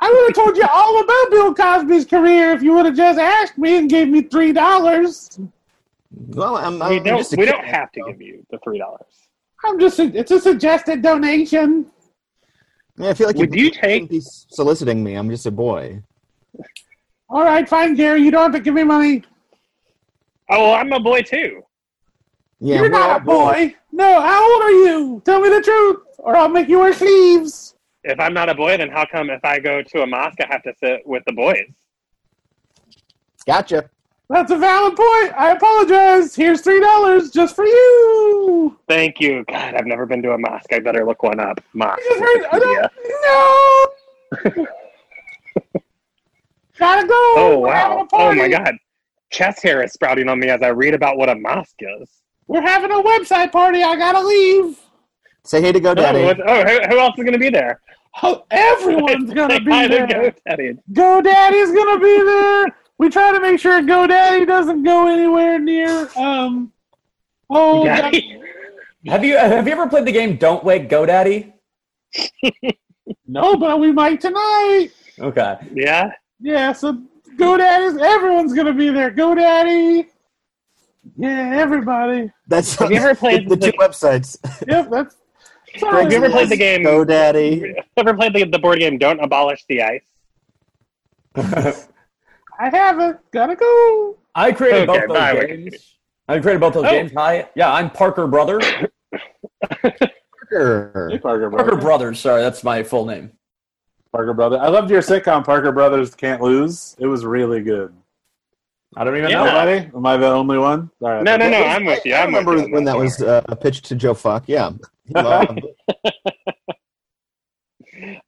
[SPEAKER 5] I would have told you all about Bill Cosby's career if you would have just asked me and gave me three dollars.
[SPEAKER 4] well, I'm, I'm
[SPEAKER 2] we don't,
[SPEAKER 4] just a
[SPEAKER 2] we
[SPEAKER 4] kid.
[SPEAKER 2] don't have to give you the $3.
[SPEAKER 5] I'm just it's a suggested donation.
[SPEAKER 4] Yeah, I feel like
[SPEAKER 2] Would you
[SPEAKER 4] shouldn't
[SPEAKER 2] take,
[SPEAKER 4] be soliciting me. I'm just a boy.
[SPEAKER 5] All right, fine, Gary. You don't have to give me money.
[SPEAKER 2] oh, well, I'm a boy too.
[SPEAKER 4] Yeah,
[SPEAKER 5] You're
[SPEAKER 4] we're all
[SPEAKER 5] not a
[SPEAKER 4] boys.
[SPEAKER 5] boy. No, how old are you? Tell me the truth, or I'll make you wear sleeves.
[SPEAKER 2] If I'm not a boy, then how come if I go to a mosque, I have to sit with the boys?
[SPEAKER 4] Gotcha.
[SPEAKER 5] That's a valid point. I apologize. Here's three dollars just for you.
[SPEAKER 2] Thank you. God, I've never been to a mosque. I better look one up. Mosque.
[SPEAKER 5] I just heard, I
[SPEAKER 2] Wikipedia.
[SPEAKER 5] don't, no. Gotta go.
[SPEAKER 2] Oh
[SPEAKER 5] We're having a
[SPEAKER 2] wow! Oh my
[SPEAKER 5] party.
[SPEAKER 2] god! Chest hair is sprouting on me as I read about what a mosque is.
[SPEAKER 5] We're having a website party. I gotta leave.
[SPEAKER 4] Say hey to
[SPEAKER 2] Oh, what-
[SPEAKER 4] GoDaddy.
[SPEAKER 2] oh, who, who else is going to be there?
[SPEAKER 5] Oh, everyone's gonna
[SPEAKER 2] Say
[SPEAKER 5] be
[SPEAKER 2] hi
[SPEAKER 5] there.
[SPEAKER 2] to GoDaddy.
[SPEAKER 5] GoDaddy's gonna be there. We try to make sure GoDaddy doesn't go anywhere near. Um. Oh,
[SPEAKER 2] Yeah.
[SPEAKER 5] God.
[SPEAKER 3] Have you have you ever played the game Don't Wake GoDaddy?
[SPEAKER 5] no, but we might tonight.
[SPEAKER 3] Okay.
[SPEAKER 2] yeah.
[SPEAKER 5] Yeah. So GoDaddy's. Everyone's gonna be there. GoDaddy. Yeah, everybody.
[SPEAKER 4] That's
[SPEAKER 2] Have you ever played
[SPEAKER 4] the,
[SPEAKER 2] the-
[SPEAKER 4] two websites?
[SPEAKER 5] Yep, that's. Sorry.
[SPEAKER 2] Have you ever played the
[SPEAKER 4] Yes,
[SPEAKER 2] game-
[SPEAKER 4] GoDaddy?
[SPEAKER 2] Ever played the, the board game? Don't abolish the ice.
[SPEAKER 5] I haven't. Gotta go.
[SPEAKER 3] I created
[SPEAKER 2] Okay,
[SPEAKER 3] both those
[SPEAKER 2] bye, we-
[SPEAKER 3] games. I created both those
[SPEAKER 2] Oh.
[SPEAKER 3] games. Hi, yeah, I'm Parker Brother.
[SPEAKER 4] Sure.
[SPEAKER 5] Parker
[SPEAKER 3] Parker Brothers. Sorry, that's my full name.
[SPEAKER 5] Parker Brothers. I loved your sitcom, Parker Brothers Can't Lose. It was really good.
[SPEAKER 3] I don't even
[SPEAKER 2] Yeah.
[SPEAKER 3] know.
[SPEAKER 5] Nobody? Am I the only one? All right.
[SPEAKER 2] No, no, no.
[SPEAKER 4] That was-
[SPEAKER 2] I'm with you.
[SPEAKER 4] I
[SPEAKER 2] I'm with
[SPEAKER 4] remember
[SPEAKER 2] you on
[SPEAKER 4] when that was uh, pitched to Joe Fuck. Yeah. He loved it.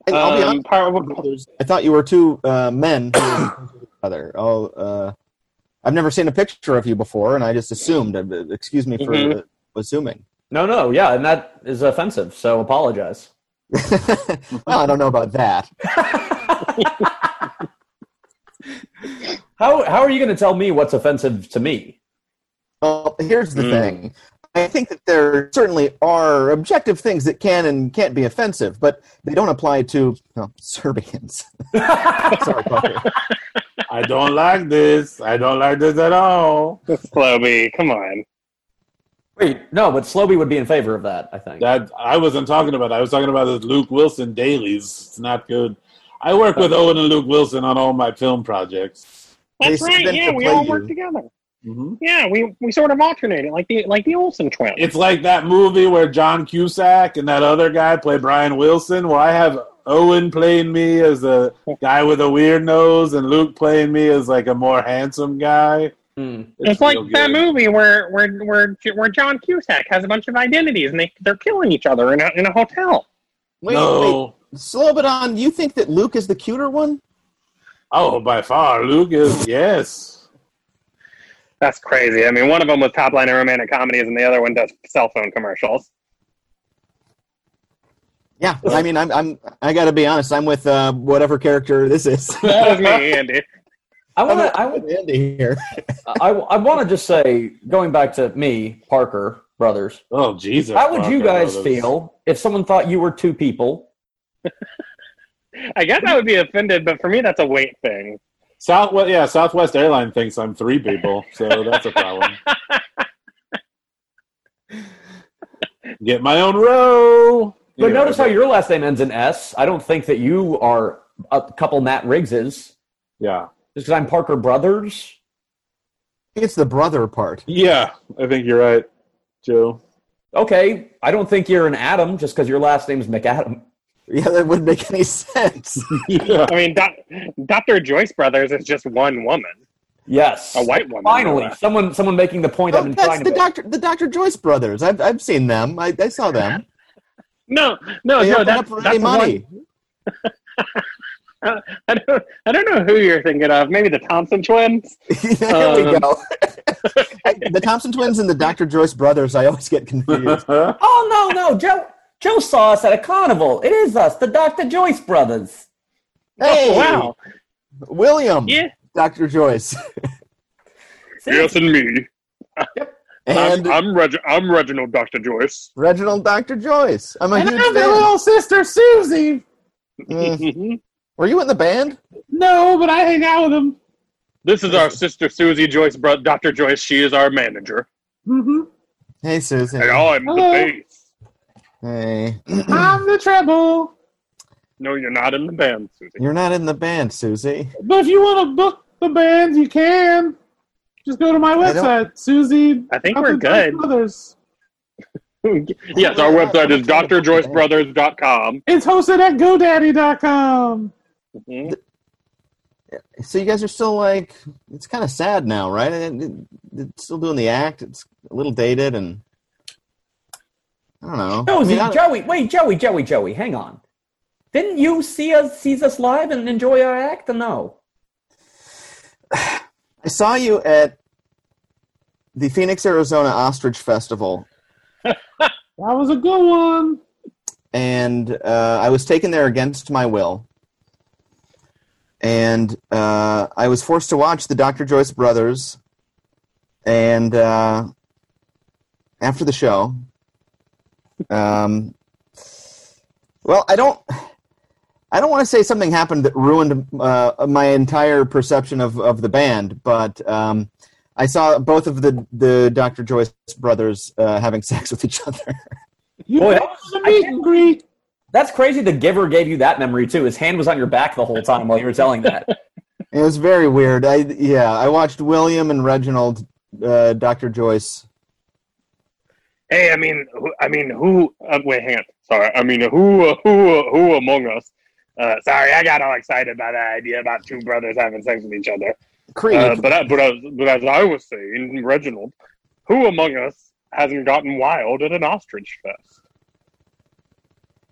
[SPEAKER 4] And I'll be
[SPEAKER 2] Um,
[SPEAKER 4] honest,
[SPEAKER 2] par-
[SPEAKER 4] I thought you were two uh, men who were each other. Oh, uh, I've never seen a picture of you before, and I just assumed. uh, uh, Excuse me for
[SPEAKER 2] Mhm.
[SPEAKER 4] uh, assuming.
[SPEAKER 3] No, no, yeah, and that is offensive. So apologize.
[SPEAKER 4] well, I don't know about that.
[SPEAKER 3] How how are you going to tell me what's offensive to me?
[SPEAKER 4] Well, here's the
[SPEAKER 2] Mm.
[SPEAKER 4] thing. I think that there certainly are objective things that can and can't be offensive, but they don't apply to well, Serbians. Sorry, Parker.
[SPEAKER 5] I don't like this. I don't like this at all.
[SPEAKER 2] Slowby, come on.
[SPEAKER 3] Wait, no, but Sloby would be in favor of that, I think.
[SPEAKER 5] That I wasn't talking about. I was talking about this Luke Wilson dailies. It's not good. I work with Owen and Luke Wilson on all my film projects.
[SPEAKER 2] That's
[SPEAKER 4] They
[SPEAKER 2] right.
[SPEAKER 4] spent
[SPEAKER 2] Yeah,
[SPEAKER 4] to
[SPEAKER 2] we
[SPEAKER 4] play
[SPEAKER 2] all
[SPEAKER 4] you.
[SPEAKER 2] work together.
[SPEAKER 5] hmm
[SPEAKER 2] Yeah, we, we sort of alternate it like the like the Olsen twins.
[SPEAKER 5] It's like that movie where John Cusack and that other guy play Brian Wilson. Well, I have Owen playing me as a guy with a weird nose, and Luke playing me as like a more handsome guy.
[SPEAKER 3] Hmm.
[SPEAKER 2] It's, like
[SPEAKER 5] real
[SPEAKER 2] that
[SPEAKER 5] good.
[SPEAKER 2] movie where where where where John Cusack has a bunch of identities and they they're killing each other in a in a hotel.
[SPEAKER 4] Wait,
[SPEAKER 5] no.
[SPEAKER 4] wait, Slobodan, you think that Luke is the cuter one?
[SPEAKER 5] Oh, by far, Luke is yes.
[SPEAKER 2] That's crazy. I mean, one of them was top line in romantic comedies, and the other one does cell phone commercials.
[SPEAKER 4] Yeah, I mean, I'm, I'm I got to be honest. I'm with uh, whatever character this is.
[SPEAKER 2] That was me, Andy.
[SPEAKER 3] I want to I
[SPEAKER 4] I'm
[SPEAKER 3] would
[SPEAKER 4] with Andy here.
[SPEAKER 3] I, I want to just say going back to me, Parker brothers.
[SPEAKER 5] Oh Jesus!
[SPEAKER 3] How would you
[SPEAKER 5] Parker,
[SPEAKER 3] guys
[SPEAKER 5] brothers.
[SPEAKER 3] feel if someone thought you were two people?
[SPEAKER 2] I guess I would be offended, but for me, that's a weight thing.
[SPEAKER 5] Southwest, yeah, Southwest Airline thinks I'm three people, so that's a problem. Get my own row.
[SPEAKER 3] But
[SPEAKER 5] Anyway,
[SPEAKER 3] notice how your last name ends in S. I don't think that you are a couple Matt Riggses.
[SPEAKER 5] Yeah,
[SPEAKER 3] Just because I'm Parker Brothers.
[SPEAKER 4] It's the brother part.
[SPEAKER 5] yeah, I think you're right, Joe.
[SPEAKER 3] Okay, I don't think you're an Adam just because your last name's McAdam.
[SPEAKER 4] Yeah, that wouldn't make any sense.
[SPEAKER 5] Yeah,
[SPEAKER 2] I mean, doc- Dr. Joyce Brothers is just one woman,
[SPEAKER 3] Yes.
[SPEAKER 2] a white woman.
[SPEAKER 3] Finally, someone someone making the point I've
[SPEAKER 4] Oh,
[SPEAKER 3] been
[SPEAKER 4] that's
[SPEAKER 3] trying
[SPEAKER 4] the
[SPEAKER 3] to make.
[SPEAKER 4] Doctor, the Doctor Joyce brothers. I've, I've seen them. I, I saw them.
[SPEAKER 2] No, no,
[SPEAKER 4] They
[SPEAKER 2] Oh, no.
[SPEAKER 4] opened
[SPEAKER 2] That's,
[SPEAKER 4] up for
[SPEAKER 2] that's
[SPEAKER 4] any money.
[SPEAKER 2] one- I don't, I don't know who you're thinking of. Maybe the Thompson twins.
[SPEAKER 4] there we
[SPEAKER 2] Um,
[SPEAKER 4] go. I- the Thompson twins and the Dr. Joyce brothers, I always get confused.
[SPEAKER 3] Oh no, no, Joe Joe saw us at a carnival. It is us, the Dr. Joyce brothers.
[SPEAKER 4] Hey,
[SPEAKER 2] Oh, wow.
[SPEAKER 4] William,
[SPEAKER 2] Yeah.
[SPEAKER 4] Dr. Joyce,
[SPEAKER 3] See?
[SPEAKER 2] and me.
[SPEAKER 4] and
[SPEAKER 2] I'm, Reg- I'm Reginald Dr. Joyce.
[SPEAKER 4] Reginald Dr. Joyce. I'm a
[SPEAKER 5] and
[SPEAKER 4] huge
[SPEAKER 5] I'm their
[SPEAKER 4] fan.
[SPEAKER 5] little sister Susie.
[SPEAKER 4] Mm.
[SPEAKER 2] Mm-hmm.
[SPEAKER 4] Were you in the band?
[SPEAKER 5] No, but I hang out with them.
[SPEAKER 2] This is our sister Susie Joyce, bro- Dr. Joyce. She is our manager.
[SPEAKER 5] hmm
[SPEAKER 4] Hey, Susan.
[SPEAKER 2] I'm
[SPEAKER 5] Hello.
[SPEAKER 2] bass.
[SPEAKER 4] Hey.
[SPEAKER 5] I'm the treble.
[SPEAKER 2] No, you're not in the band, Susie.
[SPEAKER 4] You're not in the band, Susie.
[SPEAKER 5] But if you want to book the band, you can. Just go to my
[SPEAKER 4] I don't-
[SPEAKER 5] website, Susie.
[SPEAKER 2] I think we're
[SPEAKER 5] Dr.
[SPEAKER 2] good.
[SPEAKER 5] Brothers.
[SPEAKER 2] yes, our website is drjoycebrothers.com.
[SPEAKER 5] It's hosted at GoDaddy.com.
[SPEAKER 2] Mhm.
[SPEAKER 4] So you guys are still like, it's kind of sad now, right? And it- it's still doing the act. It's a little dated and. I don't know. I
[SPEAKER 3] Josie,
[SPEAKER 4] mean, I-
[SPEAKER 3] Joey, wait, Joey, Joey, Joey, hang on. Didn't you see us see us live and enjoy our act or no?
[SPEAKER 4] I saw you at the Phoenix, Arizona Ostrich Festival,
[SPEAKER 5] That was a good one.
[SPEAKER 4] and uh, I was taken there against my will. And uh, I was forced to watch the Dr. Joyce Brothers. And uh, after the show, um, well, I don't. I don't want to say something happened that ruined uh, my entire perception of, of the band, but um, I saw both of the, the Dr. Joyce brothers uh, having sex with each other.
[SPEAKER 5] You
[SPEAKER 3] Boy,
[SPEAKER 5] Boy,
[SPEAKER 3] that-
[SPEAKER 5] was a
[SPEAKER 3] I
[SPEAKER 5] meet
[SPEAKER 3] can't-
[SPEAKER 5] and greet.
[SPEAKER 3] That's crazy. The giver gave you that memory too. His hand was on your back the whole time while you were telling that.
[SPEAKER 4] It was very weird. I yeah, I watched William and Reginald, uh, Doctor Joyce.
[SPEAKER 2] Hey, I mean, who- I mean, who? Uh, wait, hang on. Sorry, I mean, who? Who? Who among us? Uh, sorry, I got all excited by that idea about two brothers having sex with each other.
[SPEAKER 4] Creep.
[SPEAKER 2] Uh, but, I, but, as, but as I was saying, Reginald, who among us hasn't gotten wild at an ostrich fest?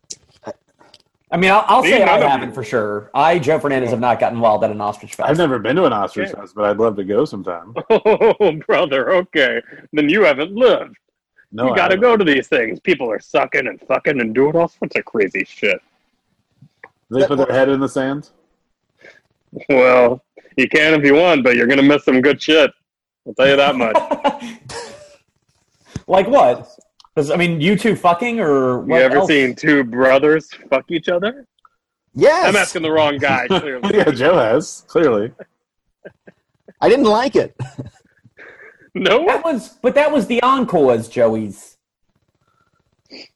[SPEAKER 3] I mean, I'll, I'll
[SPEAKER 2] Me,
[SPEAKER 3] say I
[SPEAKER 2] none of
[SPEAKER 3] haven't
[SPEAKER 2] you.
[SPEAKER 3] for sure. I, Joe Fernandez, have not gotten involved at an ostrich fest.
[SPEAKER 5] I've never been to an ostrich
[SPEAKER 2] Yeah.
[SPEAKER 5] house, but I'd love to go sometime.
[SPEAKER 2] Oh, brother, okay. Then you haven't lived.
[SPEAKER 5] No,
[SPEAKER 2] you gotta
[SPEAKER 5] I
[SPEAKER 2] go to these things. People are sucking and fucking and doing all sorts of crazy shit.
[SPEAKER 5] They put their head in the sand.
[SPEAKER 2] Well, you can if you want, but you're gonna miss some good shit. I'll tell you that much.
[SPEAKER 3] Like what? 'Cause, I mean, you two fucking
[SPEAKER 2] You
[SPEAKER 3] or what
[SPEAKER 2] ever
[SPEAKER 3] else?
[SPEAKER 2] seen two brothers fuck each other?
[SPEAKER 4] Yes,
[SPEAKER 2] I'm asking the wrong guy, clearly.
[SPEAKER 5] yeah, Joe has clearly.
[SPEAKER 4] I didn't like it.
[SPEAKER 2] No?
[SPEAKER 3] That was, but that was the encore as Joey's.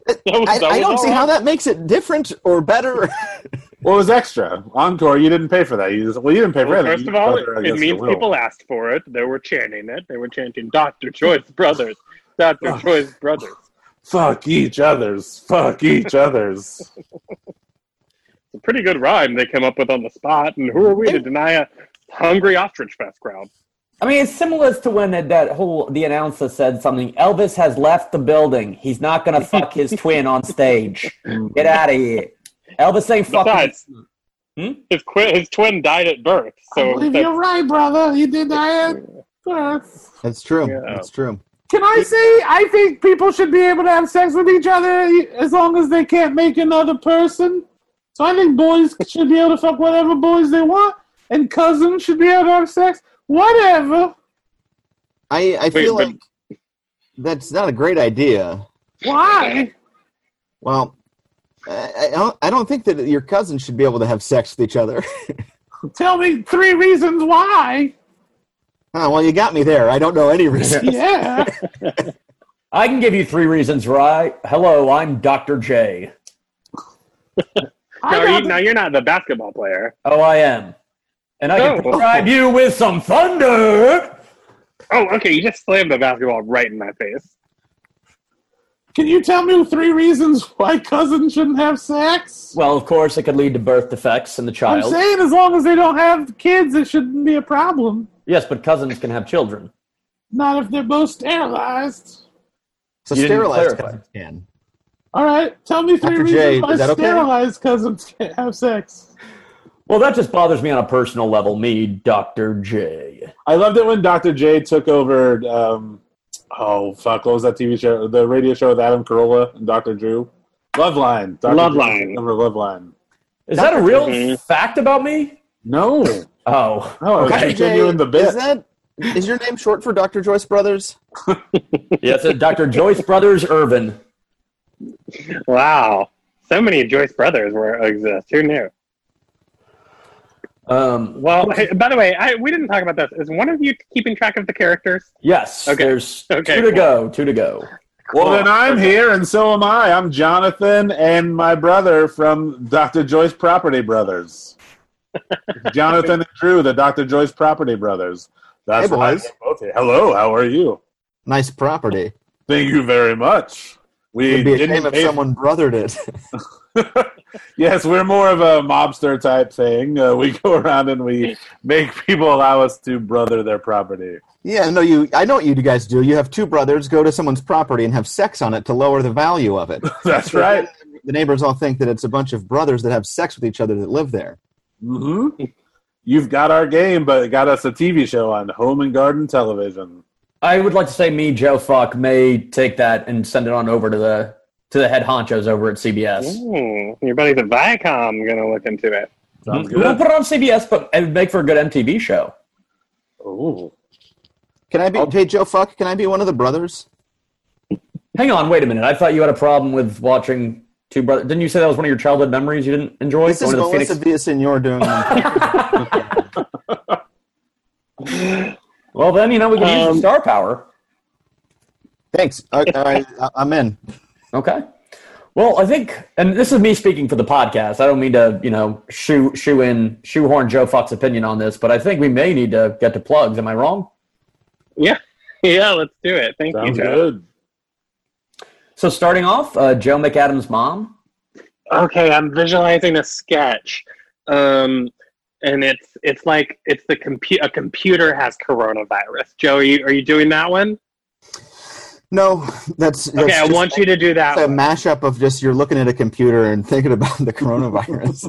[SPEAKER 2] That was-
[SPEAKER 4] I,
[SPEAKER 2] that
[SPEAKER 4] I
[SPEAKER 2] was
[SPEAKER 4] don't see
[SPEAKER 2] all
[SPEAKER 4] how
[SPEAKER 2] right.
[SPEAKER 4] that makes it different or better.
[SPEAKER 5] Well, it was extra encore. You didn't pay for that. You just, well, you didn't pay for
[SPEAKER 2] Well,
[SPEAKER 5] anything.
[SPEAKER 2] first
[SPEAKER 5] You
[SPEAKER 2] of all,
[SPEAKER 5] got there
[SPEAKER 2] it
[SPEAKER 5] against
[SPEAKER 2] means
[SPEAKER 5] the will.
[SPEAKER 2] people asked for it. They were chanting it. They were chanting Dr. Choice Brothers. Dr. Choice Brothers.
[SPEAKER 5] fuck each other's. Fuck each other's.
[SPEAKER 2] It's a pretty good rhyme they came up with on the spot. And who are we to deny a hungry ostrich fest crowd?
[SPEAKER 3] I mean, it's similar as to when that, that whole the announcer said something. Elvis has left the building. He's not gonna fuck his twin on stage. Get out of here. Elvis ain't fucking.
[SPEAKER 2] Besides,
[SPEAKER 4] Hmm?
[SPEAKER 2] his, qu- his twin died at birth. So
[SPEAKER 5] You're
[SPEAKER 2] that's-
[SPEAKER 5] right, brother. He did that.
[SPEAKER 4] That's true.
[SPEAKER 2] Yeah.
[SPEAKER 4] That's true.
[SPEAKER 5] Can I say I think people should be able to have sex with each other as long as they can't make another person? So I think boys should be able to fuck whatever boys they want, and cousins should be able to have sex. Whatever.
[SPEAKER 4] I, I feel
[SPEAKER 2] but-
[SPEAKER 4] like that's not a great idea.
[SPEAKER 5] Why?
[SPEAKER 4] Well, I, I, don't, I don't think that your cousins should be able to have sex with each other.
[SPEAKER 5] Tell me three reasons why.
[SPEAKER 4] Huh, well, you got me there. I don't know any reason.
[SPEAKER 5] Yeah.
[SPEAKER 3] I can give you three reasons, right? Hello, I'm Dr. J.
[SPEAKER 5] I
[SPEAKER 2] now, are
[SPEAKER 5] got
[SPEAKER 2] you, now you're not the basketball player.
[SPEAKER 3] Oh, I am, and I can
[SPEAKER 2] Oh.
[SPEAKER 3] provide you with some thunder.
[SPEAKER 2] Oh, okay. You just slammed the basketball right in my face.
[SPEAKER 5] Can you tell me three reasons why cousins shouldn't have sex?
[SPEAKER 3] Well, of course, it could lead to birth defects in the
[SPEAKER 5] I'm
[SPEAKER 3] child.
[SPEAKER 5] saying as long as they don't have kids, it shouldn't be a problem.
[SPEAKER 3] Yes, but cousins can have children.
[SPEAKER 5] Not if they're both sterilized.
[SPEAKER 4] So
[SPEAKER 3] You didn't
[SPEAKER 4] sterilized
[SPEAKER 3] clarify.
[SPEAKER 4] cousins can.
[SPEAKER 5] All right, tell me three
[SPEAKER 4] Dr.
[SPEAKER 5] reasons
[SPEAKER 4] J,
[SPEAKER 5] why
[SPEAKER 4] is that okay?
[SPEAKER 5] sterilized cousins can't have sex.
[SPEAKER 3] Well, that just bothers me on a personal level. Me, Dr. J.
[SPEAKER 5] I loved it when Dr. J took over. Um, oh fuck, what was that TV show? The radio show with Adam Carolla and Dr. Drew. Loveline. Dr.
[SPEAKER 2] Love
[SPEAKER 5] Drew
[SPEAKER 2] Line.
[SPEAKER 5] took over Loveline.
[SPEAKER 3] Is that a real
[SPEAKER 2] Mhm.
[SPEAKER 3] fact about me?
[SPEAKER 5] No,
[SPEAKER 3] Oh,
[SPEAKER 5] no, I was
[SPEAKER 4] Dr.
[SPEAKER 5] just continuing the bit.
[SPEAKER 4] Is that is your name short for Dr. Joyce Brothers?
[SPEAKER 3] yes, it's Dr. Joyce Brothers Irvin.
[SPEAKER 2] Wow. So many Joyce Brothers were exist. Who knew?
[SPEAKER 3] Um,
[SPEAKER 2] Well, hey, by the way, I, we didn't talk about this. Is one of you keeping track of the characters?
[SPEAKER 3] yes,
[SPEAKER 2] Okay.
[SPEAKER 3] there's
[SPEAKER 2] Okay,
[SPEAKER 3] two to
[SPEAKER 2] cool.
[SPEAKER 3] go, two to go.
[SPEAKER 5] well, then I'm here, and so am I. I'm Jonathan and my brother from Dr. Joyce Property Brothers. Jonathan and Drew, the Dr. Joyce Property Brothers. That's
[SPEAKER 4] Hey,
[SPEAKER 5] why
[SPEAKER 4] boys.
[SPEAKER 5] they're both here. Hello, how are you?
[SPEAKER 4] Nice property.
[SPEAKER 5] Thank you very much. We
[SPEAKER 4] It'd be a
[SPEAKER 5] didn't
[SPEAKER 4] shame if
[SPEAKER 5] pay-
[SPEAKER 4] someone brothered it.
[SPEAKER 5] yes, we're more of a mobster type thing. Uh, we go around and we make people allow us to brother their property.
[SPEAKER 4] yeah, no, you. I know what you guys do. You have two brothers go to someone's property and have sex on it to lower the value of it.
[SPEAKER 5] That's right.
[SPEAKER 4] The neighbors all think that it's a bunch of brothers that have sex with each other that live there.
[SPEAKER 5] hmm You've got our game, but it got us a TV show on Home and Garden Television.
[SPEAKER 3] I would like to say me, Joe Fuck, may take that and send it on over to the to the head honchos over at CBS.
[SPEAKER 2] Ooh, your buddies at Viacom going to look into it.
[SPEAKER 5] Sounds
[SPEAKER 3] Mm-hmm. We'll
[SPEAKER 5] good.
[SPEAKER 3] put it on CBS, but it would make for a good MTV show.
[SPEAKER 5] Ooh.
[SPEAKER 4] Can I be? Hey, Joe, fuck. Can I be one of the brothers?
[SPEAKER 3] Hang on, wait a minute. I thought you had a problem with watching Two Brothers. Didn't you say that was one of your childhood memories you didn't enjoy?
[SPEAKER 4] This is
[SPEAKER 3] One of the
[SPEAKER 4] Melissa
[SPEAKER 3] Phoenix-
[SPEAKER 4] Villasenor doing.
[SPEAKER 3] Well, then you know we can use
[SPEAKER 2] Um,
[SPEAKER 3] the star power.
[SPEAKER 4] Thanks. All right, all right, I- I'm in.
[SPEAKER 3] Okay. Well, I think, and this is me speaking for the podcast. I don't mean to, you know, shoe shoe in shoehorn Joe Fox's opinion on this, but I think we may need to get to plugs. Am I wrong?
[SPEAKER 2] Yeah. Yeah, let's do it. Thank
[SPEAKER 5] Sounds
[SPEAKER 2] you, Joe.
[SPEAKER 5] good.
[SPEAKER 3] So starting off, uh, Joe McAdams' mom.
[SPEAKER 2] okay i'm visualizing a sketch um and it's it's like it's the compu- a computer has coronavirus joe are you, are you doing that one
[SPEAKER 4] No, that's, that's
[SPEAKER 2] okay i
[SPEAKER 4] just-
[SPEAKER 2] want you to do that
[SPEAKER 4] It's a
[SPEAKER 2] one.
[SPEAKER 4] mashup of just you're looking at a computer and thinking about the coronavirus.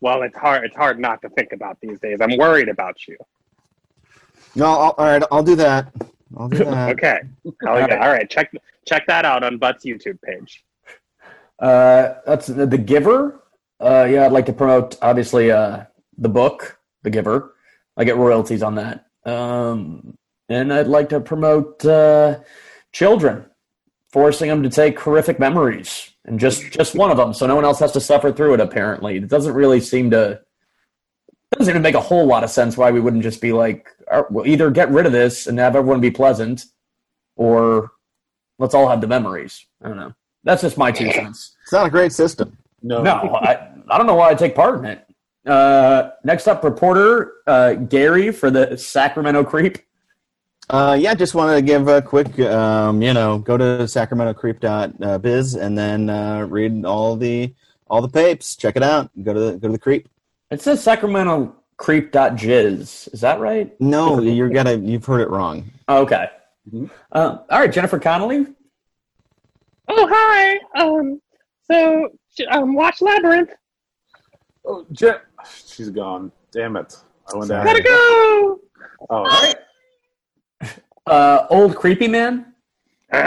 [SPEAKER 2] well it's hard it's hard not to think about these days i'm worried about you
[SPEAKER 4] no, I'll, all right, I'll do that. I'll do that.
[SPEAKER 2] okay all
[SPEAKER 3] right.
[SPEAKER 2] right. all right check check that out on butt's youtube page
[SPEAKER 3] Uh, that's the, the Giver. Uh, yeah, I'd like to promote obviously uh, the book, The Giver. I get royalties on that, um, and I'd like to promote uh, children, forcing them to take horrific memories and just just one of them, so no one else has to suffer through it. Apparently, it doesn't really seem to doesn't even make a whole lot of sense why we wouldn't just be like, "All right, well, either get rid of this and have everyone be pleasant, or let's all have the memories. I don't know. That's just my two cents.
[SPEAKER 4] It's not a great system.
[SPEAKER 5] No.
[SPEAKER 3] No, I, I don't know why I take part in it. Uh, next up, reporter uh, Gary for the Sacramento Creep.
[SPEAKER 4] Uh, yeah, just wanted to give a quick, um, you know, go to sacramentocreep.biz and then uh, read all the all the papes. Check it out. Go to the, go to the creep.
[SPEAKER 3] It says Sacramento Creep.jizz. Is that right?
[SPEAKER 4] No, you're gonna you've heard it wrong.
[SPEAKER 3] Oh, okay. Uh, all right, Jennifer Connolly.
[SPEAKER 6] Oh hi. Um. So um, watch Labyrinth.
[SPEAKER 5] Oh, Je- She's gone. Damn it. I went down.
[SPEAKER 6] Gotta go.
[SPEAKER 5] Oh,
[SPEAKER 3] Uh, old Creepy Man. Do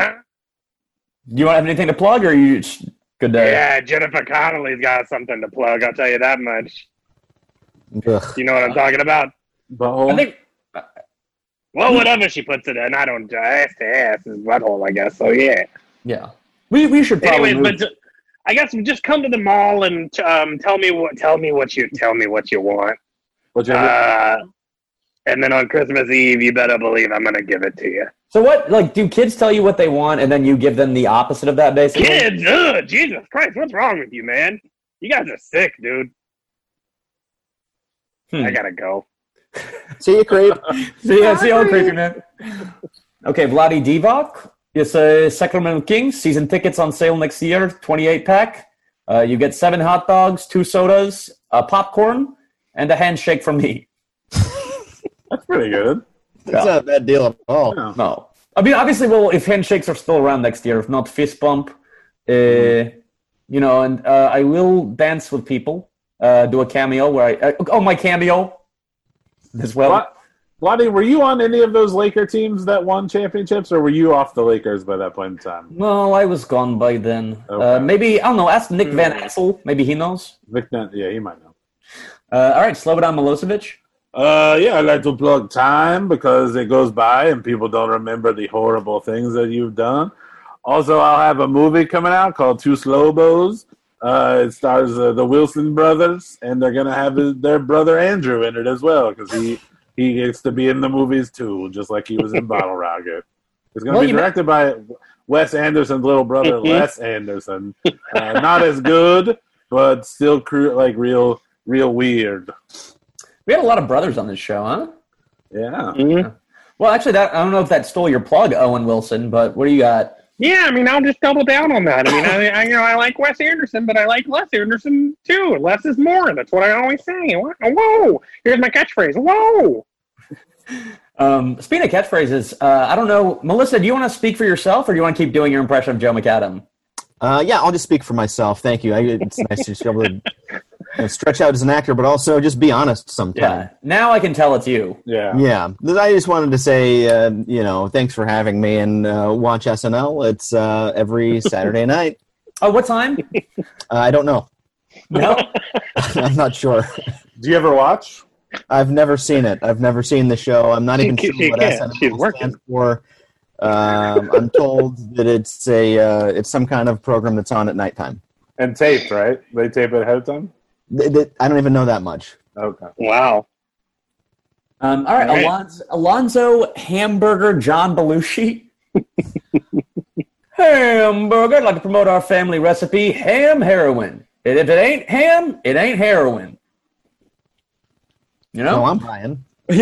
[SPEAKER 3] you want to have anything to plug or you just good day?
[SPEAKER 2] Yeah, Jennifer Connolly's got something to plug. I'll tell you that much.
[SPEAKER 4] Ugh.
[SPEAKER 2] You know what I'm talking about?
[SPEAKER 5] butthole.
[SPEAKER 3] I think
[SPEAKER 2] Well, whatever she puts it in, I don't. Uh, ass to ass is butthole, I guess. So yeah.
[SPEAKER 3] yeah. We we should probably
[SPEAKER 2] Anyways,
[SPEAKER 3] move-
[SPEAKER 2] but t- I guess just come to the mall and um, tell me what tell me what you tell me what you want.
[SPEAKER 5] What's your-
[SPEAKER 2] Uh, and then on Christmas Eve, you better believe I'm gonna give it to you.
[SPEAKER 3] So what like do kids tell you what they want and then you give them the opposite of that basically?
[SPEAKER 2] Kids, ugh, Jesus Christ, what's wrong with you, man? You guys are sick, dude.
[SPEAKER 3] Hmm.
[SPEAKER 2] I gotta go.
[SPEAKER 4] See you, creep.
[SPEAKER 3] See, yeah, see old creepy man. Okay, Vladi Divac. It's a Sacramento Kings season tickets on sale next year, 28 pack. Uh, you get seven hot dogs, two sodas, a popcorn, and a handshake from me.
[SPEAKER 5] That's pretty good.
[SPEAKER 4] That's not a bad deal at all.
[SPEAKER 5] Yeah.
[SPEAKER 3] No, I mean obviously, well, if handshakes are still around next year, if not, fist bump. Uh, You know, and uh, I will dance with people. Uh, do a cameo where I uh, oh my cameo as well.
[SPEAKER 5] Bla- Lottie, were you on any of those Laker teams that won championships, or were you off the Lakers by that point in time?
[SPEAKER 3] No, I was gone by then. Uh,
[SPEAKER 5] Okay.
[SPEAKER 3] maybe I don't know. Ask Nick Van Assel. Maybe he knows.
[SPEAKER 5] Vic Nun- yeah, you might know.
[SPEAKER 3] Uh, all right, Slobodan Milosevic.
[SPEAKER 5] Uh, yeah, I like to plug time because it goes by and people don't remember the horrible things that you've done. Also, I'll have a movie coming out called Two Slobos. Uh, it stars uh, the Wilson brothers, and they're gonna have his, their brother Andrew in it as well because he he gets to be in the movies too, just like he was in Bottle Rocket. It's gonna
[SPEAKER 3] Well,
[SPEAKER 5] be
[SPEAKER 3] you Mm-hmm. ma-
[SPEAKER 5] directed by Wes Anderson's little brother, Les Anderson. Uh, not as good, but still cru- like real real weird.
[SPEAKER 3] We had a lot of brothers on this show, huh?
[SPEAKER 5] Yeah.
[SPEAKER 3] Well, actually, that I don't know if that stole your plug, Owen Wilson. But what do you got?
[SPEAKER 2] Yeah, I mean, I'll just double down on that. I mean, I, I you know I like Wes Anderson, but I like Les Anderson too. Less is more. That's what I always say. Whoa, Whoa, here's my catchphrase. Whoa.
[SPEAKER 3] Um, speaking of catchphrases, uh, I don't know, Melissa. Do you want to speak for yourself, or do you want to keep doing your impression of Joe McAdam?
[SPEAKER 4] Uh, yeah, I'll just speak for myself. Thank you. I, it's nice to just be able to you know, stretch out as an actor, but also just be honest sometimes.
[SPEAKER 3] Now I can tell it's you.
[SPEAKER 5] Yeah.
[SPEAKER 4] Yeah. I just wanted to say, uh, you know, thanks for having me and uh, watch SNL. It's uh, every Saturday night.
[SPEAKER 3] Oh, what time?
[SPEAKER 4] Uh, I don't know.
[SPEAKER 3] no.
[SPEAKER 4] I'm not sure.
[SPEAKER 5] Do you ever watch?
[SPEAKER 4] I've never seen it. I've never seen the show. I'm not
[SPEAKER 2] She
[SPEAKER 4] even
[SPEAKER 2] ca-
[SPEAKER 4] sure
[SPEAKER 2] she
[SPEAKER 4] what
[SPEAKER 2] can't.
[SPEAKER 4] SNL
[SPEAKER 2] She's working.
[SPEAKER 4] stands for. Um, I'm told that it's a uh, it's some kind of program that's on at nighttime.
[SPEAKER 5] And taped, right? They tape it ahead of time?
[SPEAKER 4] Th- th- I don't even know that much.
[SPEAKER 5] Okay.
[SPEAKER 2] Wow.
[SPEAKER 3] Um, all right,
[SPEAKER 2] Right.
[SPEAKER 3] Alonzo, Alonzo Hamburger John Belushi. Hamburger, I'd like to promote our family recipe, ham heroin. And if it ain't ham, it ain't heroin. You
[SPEAKER 4] No,
[SPEAKER 3] know?
[SPEAKER 4] Oh, I'm Brian.
[SPEAKER 3] uh,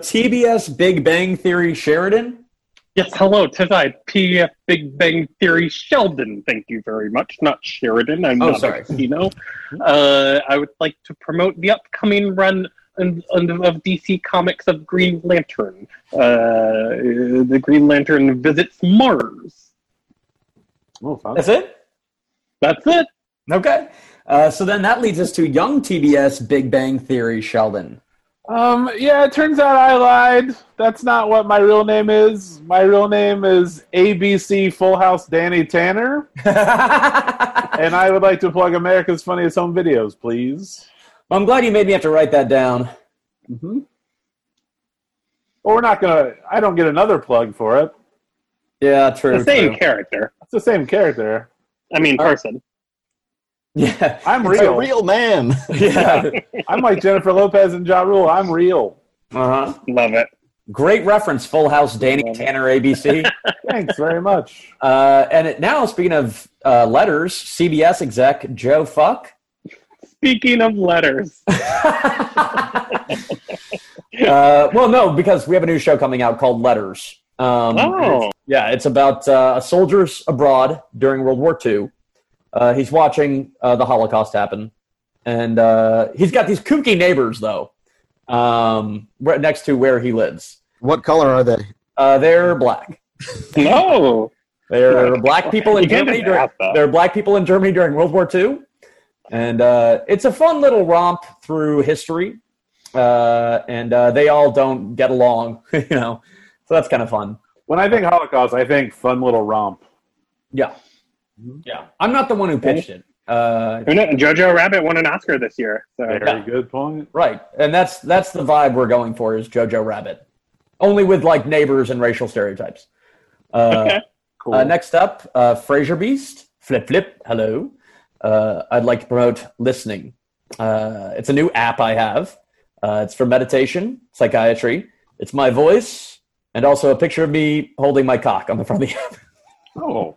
[SPEAKER 3] TBS Big Bang Theory Sheridan.
[SPEAKER 2] Yes, hello, tis I, PF Big Bang Theory Sheldon. Thank you very much. Not Sheridan. I'm
[SPEAKER 3] Oh,
[SPEAKER 2] not
[SPEAKER 3] sorry.
[SPEAKER 2] You know, uh, I would like to promote the upcoming run and, of DC Comics of Green Lantern. Uh, the Green Lantern visits Mars.
[SPEAKER 5] Oh, fuck.
[SPEAKER 3] That's it?
[SPEAKER 2] That's it.
[SPEAKER 3] Okay. Uh, so then that leads us to young TBS Big Bang Theory Sheldon.
[SPEAKER 5] Um, yeah, it turns out I lied. That's not what my real name is. My real name is ABC Full House Danny Tanner.
[SPEAKER 3] well,
[SPEAKER 5] And I would like to plug America's Funniest Home Videos, please.
[SPEAKER 3] I'm glad you made me have to write that down.
[SPEAKER 5] Mm-hmm. Well, we're not going to, I don't get another plug for it.
[SPEAKER 3] Yeah, true.
[SPEAKER 2] the same
[SPEAKER 3] true.
[SPEAKER 2] character.
[SPEAKER 5] It's the same character.
[SPEAKER 2] I mean,
[SPEAKER 3] Alright.
[SPEAKER 2] person.
[SPEAKER 3] Yeah,
[SPEAKER 5] I'm
[SPEAKER 4] It's a
[SPEAKER 5] real.
[SPEAKER 4] real man.
[SPEAKER 3] yeah.
[SPEAKER 5] I'm like Jennifer Lopez and Ja Rule. I'm real.
[SPEAKER 3] uh huh.
[SPEAKER 2] Love it.
[SPEAKER 3] Great reference, Full House, Danny Tanner, ABC.
[SPEAKER 5] Thanks very much.
[SPEAKER 3] uh, and it, now, speaking of uh, letters, CBS exec Joe Fuck.
[SPEAKER 2] Speaking of letters,
[SPEAKER 3] uh, well, no, because we have a new show coming out called Letters. Um,
[SPEAKER 2] oh,
[SPEAKER 3] Yeah, it's about uh, soldiers abroad during World War II. Uh, he's watching uh, the Holocaust happen, and uh, he's got these kooky neighbors though, um, right next to where he lives.
[SPEAKER 4] What color are they?
[SPEAKER 3] Uh, they're black.
[SPEAKER 2] no.
[SPEAKER 3] They're black people in
[SPEAKER 2] You can't
[SPEAKER 3] Germany.
[SPEAKER 2] do
[SPEAKER 3] During,
[SPEAKER 2] that, though.
[SPEAKER 3] they're black people in Germany during World War II, and uh, it's a fun little romp through history. Uh, and uh, they all don't get along, you know, so that's kind of fun.
[SPEAKER 5] When I think Holocaust, I think fun little romp.
[SPEAKER 3] Yeah, yeah. I'm not the one who pitched it. Uh,
[SPEAKER 2] Who kno- Jojo Rabbit won an Oscar this year. So
[SPEAKER 5] Very good point.
[SPEAKER 3] Right, and that's that's the vibe we're going for is Jojo Rabbit, only with like neighbors and racial stereotypes. Uh,
[SPEAKER 2] Okay.
[SPEAKER 5] Cool.
[SPEAKER 3] uh, next up, uh, Fraser Beast, Flip Flip, hello. Uh, I'd like to promote listening. Uh, it's a new app I have. Uh, it's for meditation, psychiatry. It's my voice and also a picture of me holding my cock on the front of the app.
[SPEAKER 5] oh,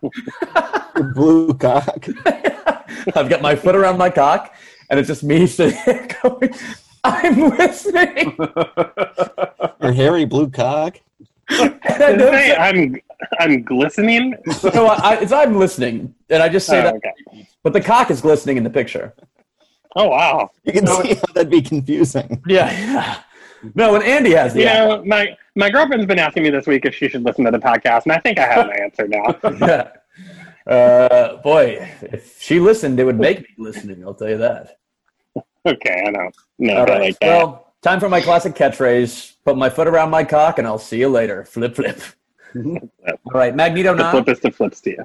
[SPEAKER 4] Your blue cock.
[SPEAKER 3] I've got my foot around my cock, and it's just me sitting there going, "I'm listening."
[SPEAKER 4] Your hairy blue cock.
[SPEAKER 3] And I
[SPEAKER 2] Did it
[SPEAKER 3] notice
[SPEAKER 2] say I'm I'm glistening.
[SPEAKER 3] no, I, I, it's I'm listening, and I just say
[SPEAKER 2] Oh,
[SPEAKER 3] that.
[SPEAKER 2] okay.
[SPEAKER 3] But the cock is glistening in the picture.
[SPEAKER 2] Oh wow.
[SPEAKER 4] You can see how that'd be confusing.
[SPEAKER 3] Yeah, yeah. No, and Andy has the.
[SPEAKER 2] You
[SPEAKER 3] app.
[SPEAKER 2] know, my my girlfriend's been asking me this week if she should listen to the podcast, and I think I have my answer now.
[SPEAKER 3] Yeah. Uh, boy, if she listened, it would make me listening. I'll tell you that.
[SPEAKER 2] Okay, I don't know
[SPEAKER 3] All
[SPEAKER 2] if I
[SPEAKER 3] right.
[SPEAKER 2] like that.
[SPEAKER 3] Well, time for my classic catchphrase. Put my foot around my cock, and I'll see you later. Flip, flip. All right, Magneto.
[SPEAKER 2] the
[SPEAKER 3] Now.
[SPEAKER 2] flip is the flips to you.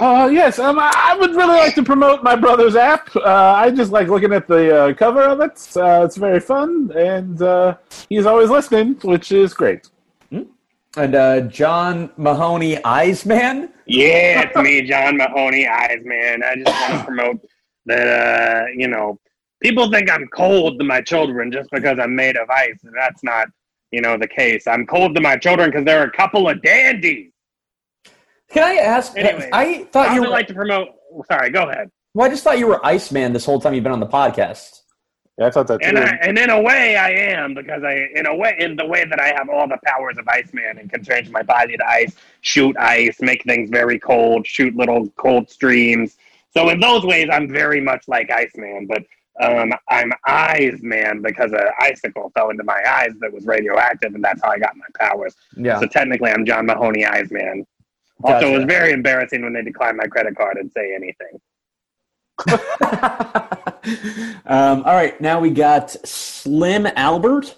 [SPEAKER 5] uh, yes. Um, I I would really like to promote my brother's app. Uh, I just like looking at the uh, cover of it. Uh, it's very fun, and uh, he's always listening, which is great.
[SPEAKER 3] And uh, John Mahoney Eisman.
[SPEAKER 2] Yeah, it's me, John Mahoney Eyes, man. I just want to promote that, uh, you know, people think I'm cold to my children just because I'm made of ice. And that's not, you know, the case. I'm cold to my children because they're a couple of dandies.
[SPEAKER 3] Can I ask?
[SPEAKER 2] Anyway,
[SPEAKER 3] I
[SPEAKER 2] I
[SPEAKER 3] thought you
[SPEAKER 2] would
[SPEAKER 3] were.
[SPEAKER 2] like to promote. Sorry, go ahead.
[SPEAKER 3] well, I just thought you were Iceman this whole time you've been on the podcast.
[SPEAKER 5] Yeah, I thought that
[SPEAKER 2] And,
[SPEAKER 5] too.
[SPEAKER 2] I, and in a way, I am because I, in a way, in the way that I have all the powers of Iceman and can change my body to ice, shoot ice, make things very cold, shoot little cold streams. So in those ways, I'm very much like Iceman, but um, I'm Eyes Man because an icicle fell into my eyes that was radioactive, and that's how I got my powers.
[SPEAKER 3] Yeah.
[SPEAKER 2] So technically, I'm John Mahoney Eyes Man. Also, it
[SPEAKER 3] Gotcha.
[SPEAKER 2] was very embarrassing when they declined my credit card and say anything.
[SPEAKER 3] um, all right, now we got Slim Albert.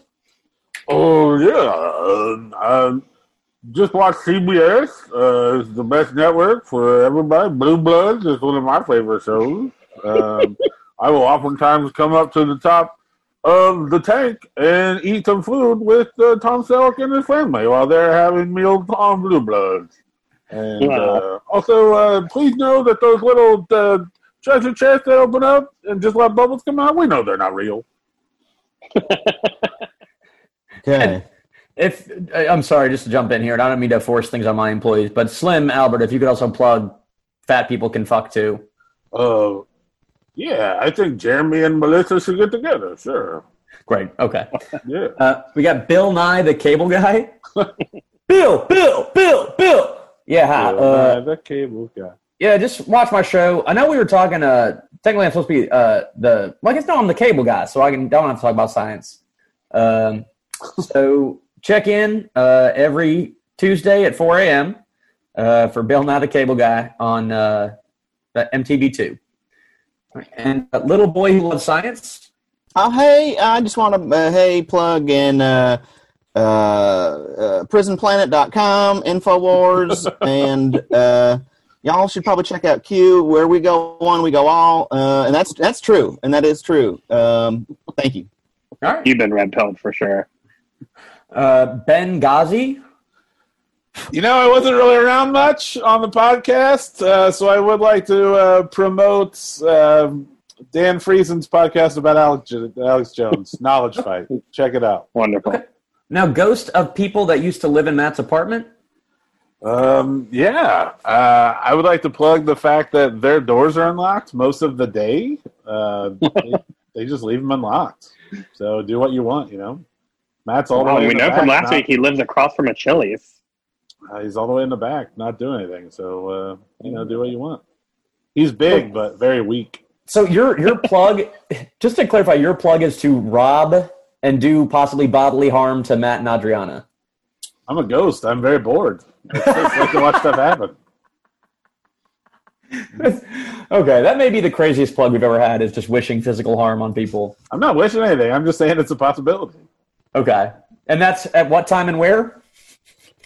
[SPEAKER 5] Oh yeah, uh, um, just watch CBS. Uh, it's the best network for everybody. Blue Bloods is one of my favorite shows. Um, I will oftentimes come up to the top of the tank and eat some food with uh, Tom Selleck and his family while they're having meals on Blue Bloods. And uh, also, uh, please know that those little uh, treasure chests that open up and just let bubbles come out, we know they're not real.
[SPEAKER 4] Okay.
[SPEAKER 3] If I- I'm sorry, just to jump in here, and I don't mean to force things on my employees, but Slim Albert, if you could also plug Fat People Can Fuck Too.
[SPEAKER 5] Uh, yeah, I think Jeremy and Melissa should get together. Sure.
[SPEAKER 3] Great. Okay.
[SPEAKER 5] Yeah.
[SPEAKER 3] Uh, we got Bill Nye, the cable guy. Bill, Bill, Bill, Bill. Yeah. hi, Uh,
[SPEAKER 5] the cable guy.
[SPEAKER 3] yeah. Just watch my show. I know we were talking. Uh, technically, I'm supposed to be uh, the. Well, I guess no, I'm the cable guy, so I can don't have to talk about science. Um, so check in uh, every Tuesday at 4 a.m. Uh, for Bill Nye the Cable Guy on uh, the MTV2. And uh, Little Boy Who Loves Science.
[SPEAKER 4] Oh, hey, I just want to uh, hey plug in uh, uh, uh, prisonplanet.com, Infowars, and uh, y'all should probably check out Q. Where we go one, we go all, uh, and that's that's true, and that is true. Um, thank you.
[SPEAKER 3] All right.
[SPEAKER 2] You've been red pilled for sure.
[SPEAKER 3] Uh, ben Ghazi.
[SPEAKER 5] You know, I wasn't really around much on the podcast, uh, so I would like to uh, promote um Dan Friesen's podcast about Alex, Jo- Alex Jones, Knowledge Fight. Check it out.
[SPEAKER 2] Wonderful.
[SPEAKER 3] Now, ghost of people that used to live in Matt's apartment.
[SPEAKER 5] Um, yeah, uh, I would like to plug the fact that their doors are unlocked most of the day. Uh, they, they just leave them unlocked. So do what you want, you know. Matt's all the
[SPEAKER 2] Well,
[SPEAKER 5] way.
[SPEAKER 2] Oh, we
[SPEAKER 5] in the
[SPEAKER 2] know
[SPEAKER 5] back
[SPEAKER 2] from last
[SPEAKER 5] not-
[SPEAKER 2] week he lives across from a Chili's.
[SPEAKER 5] Uh, he's all the way in the back, not doing anything. So uh, you know, do what you want. He's big, but very weak.
[SPEAKER 3] So your your plug, just to clarify, your plug is to rob and do possibly bodily harm to Matt and Adriana.
[SPEAKER 5] I'm a ghost. I'm very bored. It's just like to watch stuff happen.
[SPEAKER 3] okay, that may be the craziest plug we've ever had. Is just wishing physical harm on people.
[SPEAKER 5] I'm not wishing anything. I'm just saying it's a possibility.
[SPEAKER 3] Okay, and that's at what time and where?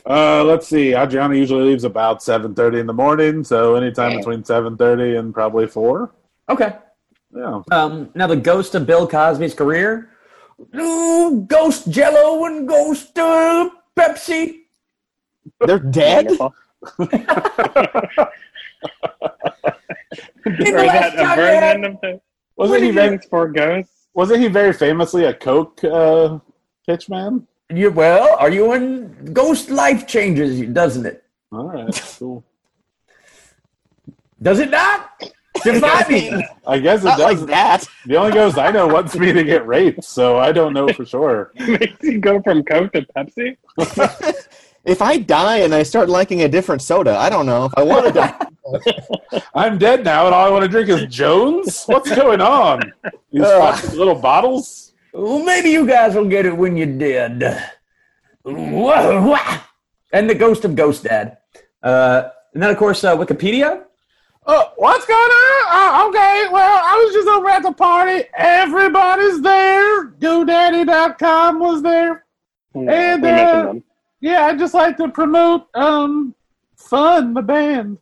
[SPEAKER 5] Uh, let's see. Adriana usually leaves about seven thirty in the morning, so anytime
[SPEAKER 3] Yeah.
[SPEAKER 5] between seven thirty and probably four.
[SPEAKER 3] Okay.
[SPEAKER 5] Yeah.
[SPEAKER 3] Um, now the ghost of Bill Cosby's career. Ooh, ghost Jello and ghost uh, Pepsi.
[SPEAKER 4] They're dead.
[SPEAKER 2] Wonderful. Or
[SPEAKER 3] In
[SPEAKER 2] is that a version of the
[SPEAKER 5] Wasn't he very,
[SPEAKER 2] Thanks for ghosts?
[SPEAKER 5] wasn't he very famously a Coke uh, pitchman?
[SPEAKER 3] You well, are you in Ghost Life changes you, doesn't it?
[SPEAKER 5] All right, cool.
[SPEAKER 3] Does it not?
[SPEAKER 4] I
[SPEAKER 3] Define
[SPEAKER 4] mean,
[SPEAKER 3] me.
[SPEAKER 5] I guess it
[SPEAKER 4] not
[SPEAKER 5] does.
[SPEAKER 4] Uh, like that.
[SPEAKER 5] The only ghost I know wants me to get raped, so I don't know for sure.
[SPEAKER 2] Makes you go from Coke to Pepsi?
[SPEAKER 4] If I die and I start liking a different soda, I don't know. If I want to die,
[SPEAKER 5] I'm dead now, and all I want to drink is Jones. What's going on? These
[SPEAKER 4] Ugh.
[SPEAKER 5] fucking little bottles.
[SPEAKER 3] Well, maybe you guys will get it when you did. Whoa, wah. And the ghost of Ghost Dad. Uh, and then, of course, uh, Wikipedia.
[SPEAKER 5] Oh, what's going on? Oh, okay, well, I was just over at the party. Everybody's there. GoDaddy.com was there.
[SPEAKER 2] No,
[SPEAKER 5] And,
[SPEAKER 2] we
[SPEAKER 5] uh,
[SPEAKER 2] mentioned them.
[SPEAKER 5] Yeah, I'd just like to promote um, Fun, the band.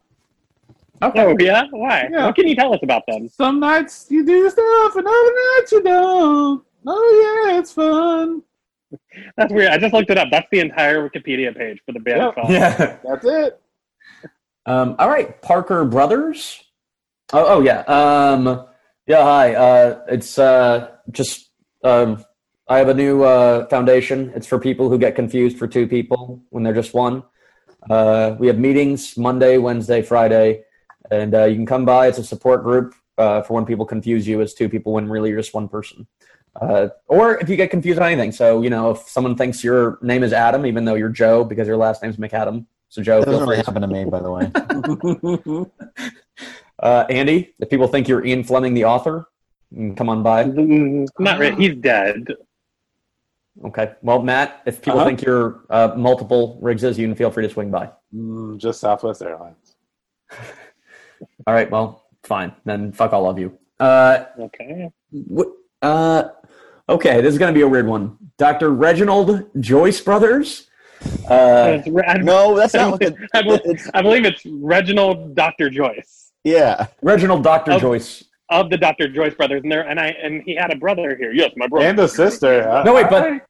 [SPEAKER 2] Oh yeah, why?
[SPEAKER 5] Yeah.
[SPEAKER 2] What can you tell us about them?
[SPEAKER 5] Some nights you do stuff, and other nights you don't. Oh, yeah, it's fun.
[SPEAKER 2] That's weird. I just looked it up. That's the entire Wikipedia page for the band.
[SPEAKER 5] Yep.
[SPEAKER 2] Fun.
[SPEAKER 3] Yeah.
[SPEAKER 5] That's it.
[SPEAKER 3] Um, all right, Parker Brothers. Oh, oh yeah. Um, yeah. Hi. Uh, it's uh, just um, I have a new uh, foundation. It's for people who get confused for two people when they're just one. Uh, we have meetings Monday, Wednesday, Friday, and uh, you can come by. It's a support group uh, for when people confuse you as two people when really you're just one person. Uh, or if you get confused on anything. So you know, if someone thinks your name is Adam, even though you're Joe because your last name's McAdam. So Joe,
[SPEAKER 4] that
[SPEAKER 3] feel
[SPEAKER 4] doesn't
[SPEAKER 3] free
[SPEAKER 4] really happen to me, by the way.
[SPEAKER 3] uh, Andy, if people think you're Ian Fleming, the author, mm, come on by.
[SPEAKER 2] Mm, Not really. He's dead.
[SPEAKER 3] Okay. Well, Matt, if people
[SPEAKER 5] Uh-huh.
[SPEAKER 3] think you're uh, multiple Riggses, you can feel free to swing by.
[SPEAKER 5] Mm, just Southwest Airlines.
[SPEAKER 3] All right. Well, fine. Then fuck all of you. Uh,
[SPEAKER 2] Okay.
[SPEAKER 3] w- uh, okay. This is going to be a weird one. Dr. Reginald Joyce Brothers. Uh,
[SPEAKER 2] It's Re- I,
[SPEAKER 4] No, that's not what. The,
[SPEAKER 2] I believe-
[SPEAKER 4] it's,
[SPEAKER 2] I believe it's Reginald Dr. Joyce
[SPEAKER 4] yeah,
[SPEAKER 3] Reginald Dr.
[SPEAKER 2] Oh.
[SPEAKER 3] Joyce.
[SPEAKER 2] of the Dr. Joyce brothers, and there and I and he had a brother here. Yes, my brother.
[SPEAKER 5] And a sister. I-
[SPEAKER 3] No, wait, but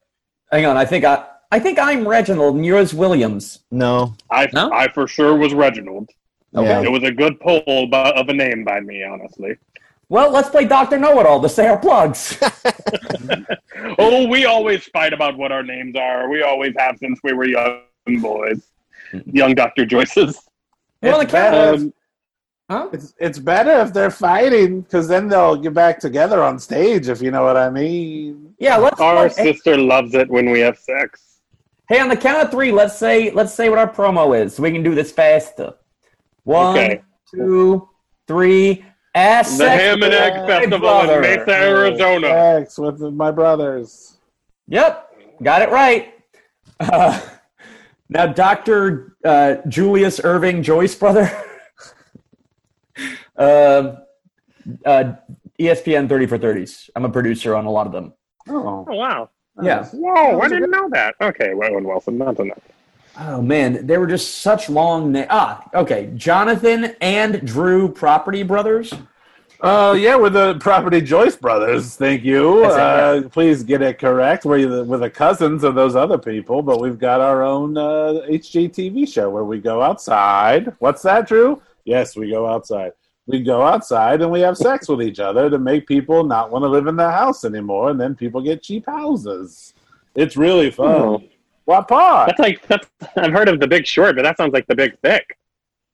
[SPEAKER 3] hang on. I think I, I think I'm Reginald and yours Williams.
[SPEAKER 4] no.
[SPEAKER 2] I
[SPEAKER 3] No?
[SPEAKER 2] I for sure was Reginald.
[SPEAKER 4] Yeah.
[SPEAKER 2] It was a good poll by, of a name by me, honestly.
[SPEAKER 3] Well, let's play Dr. Know It All to say our plugs.
[SPEAKER 2] Oh, we always fight about what our names are. We always have since we were young boys. Young Dr. Joyce's.
[SPEAKER 3] Well,
[SPEAKER 5] It's
[SPEAKER 3] the cat-
[SPEAKER 5] better-
[SPEAKER 3] Huh?
[SPEAKER 5] It's it's better if they're fighting because then they'll get back together on stage. If you know what I mean.
[SPEAKER 3] Yeah, let's
[SPEAKER 2] Our
[SPEAKER 3] play-
[SPEAKER 2] sister loves it when we have sex.
[SPEAKER 3] Hey, on the count of three, let's say let's say what our promo is, so we can do this faster. One,
[SPEAKER 2] Okay.
[SPEAKER 3] two, three. Ass
[SPEAKER 2] The
[SPEAKER 3] sex-
[SPEAKER 2] Ham and Egg
[SPEAKER 3] Hey,
[SPEAKER 2] Festival in
[SPEAKER 3] brother.
[SPEAKER 2] Mesa, Arizona.
[SPEAKER 5] Sex with my brothers.
[SPEAKER 3] Yep, got it right. Uh, now, Doctor uh, Julius Irving Joyce, brother. um, uh, ESPN thirty for thirties. I'm a producer on a lot of them.
[SPEAKER 5] Oh,
[SPEAKER 2] Oh, wow.
[SPEAKER 3] Yeah.
[SPEAKER 2] Whoa, I didn't know that. Okay, Owen Wilson, that's enough.
[SPEAKER 3] Oh man, they were just such long names. Ah, okay, Jonathan and Drew Property Brothers.
[SPEAKER 5] Uh, yeah, we're the property Joyce brothers. Thank you.
[SPEAKER 3] That's it,
[SPEAKER 5] Uh, please get it correct. We're the, we're the cousins of those other people, but we've got our own uh, HGTV show where we go outside. What's that, Drew? Yes, we go outside. We go outside and we have sex with each other to make people not want to live in their house anymore, and then people get cheap houses. It's really fun.
[SPEAKER 2] Oh.
[SPEAKER 5] What part?
[SPEAKER 2] That's like that's. I've heard of the Big Short, but that sounds like the Big Thick.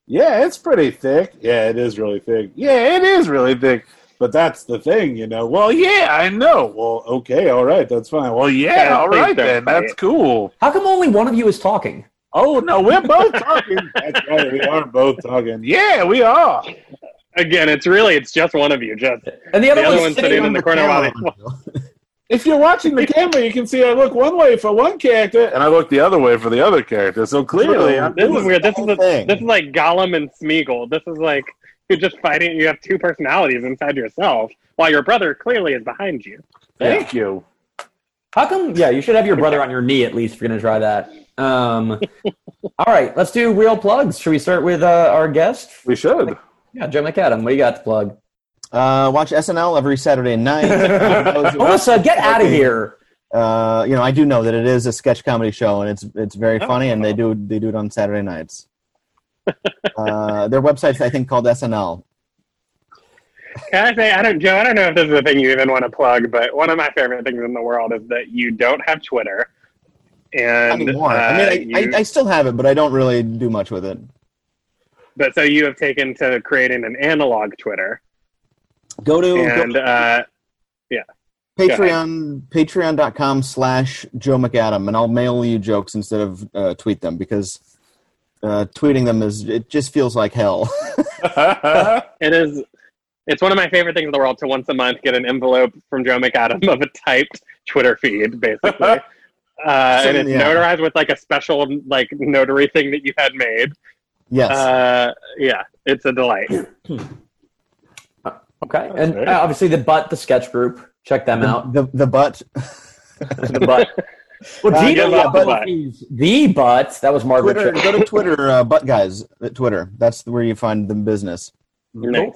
[SPEAKER 5] Yeah, it's pretty thick. Yeah, it is really thick. Yeah, it is really thick. But that's the thing, you know. Well, yeah, I know. Well, okay, all right, that's fine. Well, yeah,
[SPEAKER 2] Yeah,
[SPEAKER 5] all
[SPEAKER 2] please
[SPEAKER 5] right
[SPEAKER 2] don't
[SPEAKER 5] then.
[SPEAKER 2] fight
[SPEAKER 5] That's
[SPEAKER 2] it.
[SPEAKER 5] cool.
[SPEAKER 3] How come only one of you is talking?
[SPEAKER 5] Oh no, we're both talking. that's right, we are both talking. Yeah, we are.
[SPEAKER 2] Again, it's really it's just one of you. Just
[SPEAKER 3] And the other,
[SPEAKER 2] The other
[SPEAKER 3] one's
[SPEAKER 2] one's
[SPEAKER 3] sitting.
[SPEAKER 2] sitting in the corner while they-
[SPEAKER 5] If you're watching the camera, you can see I look one way for one character, and I look the other way for the other character. So clearly, I'm
[SPEAKER 2] this is
[SPEAKER 5] doing
[SPEAKER 2] weird. This
[SPEAKER 4] whole
[SPEAKER 2] is a,
[SPEAKER 4] thing.
[SPEAKER 2] this is like Gollum and Smeagol. This is like you're just fighting. You have two personalities inside yourself, while your brother clearly is behind you.
[SPEAKER 5] Thank you.
[SPEAKER 3] How come? Yeah, you should have your brother on your knee at least if you're gonna try that. Um, all right, let's do real plugs. Should we start with uh, our guest?
[SPEAKER 5] We should.
[SPEAKER 3] Yeah, Joe McAdam. What do you got to plug?
[SPEAKER 4] Uh, watch SNL every Saturday night. Those who-
[SPEAKER 3] Melissa, get out of
[SPEAKER 4] Okay.
[SPEAKER 3] here.
[SPEAKER 2] Oh.
[SPEAKER 4] uh, you know, I do know that it is a sketch comedy show, and it's it's very
[SPEAKER 2] Oh.
[SPEAKER 4] funny, and they do they do it on Saturday nights. uh, their website's I think called SNL.
[SPEAKER 2] Can I say I don't, Joe? I don't know if this is a thing you even want to plug, but one of my favorite things in the world is that you don't have Twitter, and
[SPEAKER 4] Anymore.
[SPEAKER 2] uh,
[SPEAKER 4] I mean, I,
[SPEAKER 2] you-
[SPEAKER 4] I, I still have it, but I don't really do much with it.
[SPEAKER 2] but so you have taken to creating an analog Twitter,
[SPEAKER 4] Go to
[SPEAKER 2] and uh,
[SPEAKER 4] go, Patreon patreon.com slash Joe McAdam, and I'll mail you jokes instead of uh, tweet them because uh, tweeting them is it just feels like hell.
[SPEAKER 2] it is. It's one of my favorite things in the world to once a month get an envelope from Joe McAdam of a typed Twitter feed, basically. Uh, and it's
[SPEAKER 4] Yeah.
[SPEAKER 2] notarized with like a special like notary thing that you had made.
[SPEAKER 4] yes.
[SPEAKER 2] Uh, yeah, it's a delight.
[SPEAKER 3] Okay, and
[SPEAKER 5] great.
[SPEAKER 3] uh, obviously the butt, the sketch group. Check them out.
[SPEAKER 4] the the butt.
[SPEAKER 3] the butt. Well,
[SPEAKER 4] Uh,
[SPEAKER 3] Gina
[SPEAKER 2] yeah,
[SPEAKER 3] got
[SPEAKER 2] the
[SPEAKER 3] both
[SPEAKER 2] butt.
[SPEAKER 3] these. the butt. That was Margaret.
[SPEAKER 4] Twitter,
[SPEAKER 3] Cho-
[SPEAKER 4] go to Twitter, uh, butt guys. At Twitter. That's where you find the business.
[SPEAKER 2] Nice.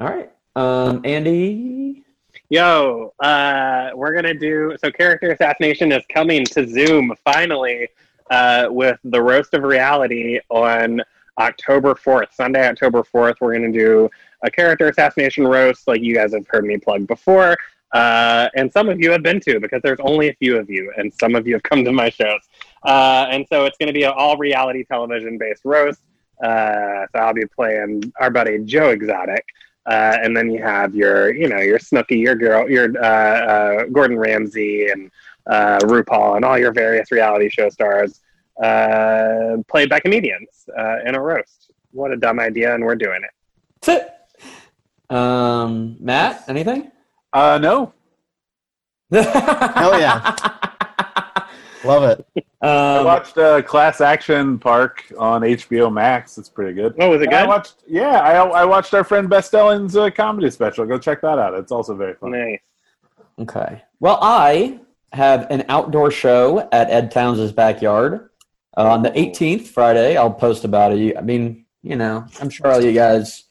[SPEAKER 3] All right, um, Andy.
[SPEAKER 2] Yo, uh, we're gonna do so. Character assassination is coming to Zoom finally uh, with the roast of reality on October fourth, Sunday, October fourth. We're gonna do a character assassination roast, like you guys have heard me plug before, uh, and some of you have been to because there's only a few of you, and some of you have come to my shows. Uh, and so it's gonna be an all reality television based roast. Uh, so I'll be playing our buddy Joe Exotic uh, and then you have your you know your Snooki, your girl, your uh, uh, Gordon Ramsay, and uh, RuPaul, and all your various reality show stars uh, played by comedians uh, in a roast. What a dumb idea, and we're doing it.
[SPEAKER 3] Um, Matt. Anything?
[SPEAKER 5] uh, no.
[SPEAKER 3] Hell
[SPEAKER 4] yeah. Love it.
[SPEAKER 5] I
[SPEAKER 3] Um,
[SPEAKER 5] watched uh, Class Action Park on HBO Max. It's pretty good.
[SPEAKER 2] Oh, was it
[SPEAKER 5] And I
[SPEAKER 2] good?
[SPEAKER 5] watched, yeah, I, I watched our friend Best Ellen's uh, comedy special. Go check that out. It's also very fun.
[SPEAKER 2] Nice.
[SPEAKER 3] okay. Well, I have an outdoor show at Ed Towns' backyard uh, on the 18th, Friday. I'll post about it. You- I mean, you know, I'm sure all you guys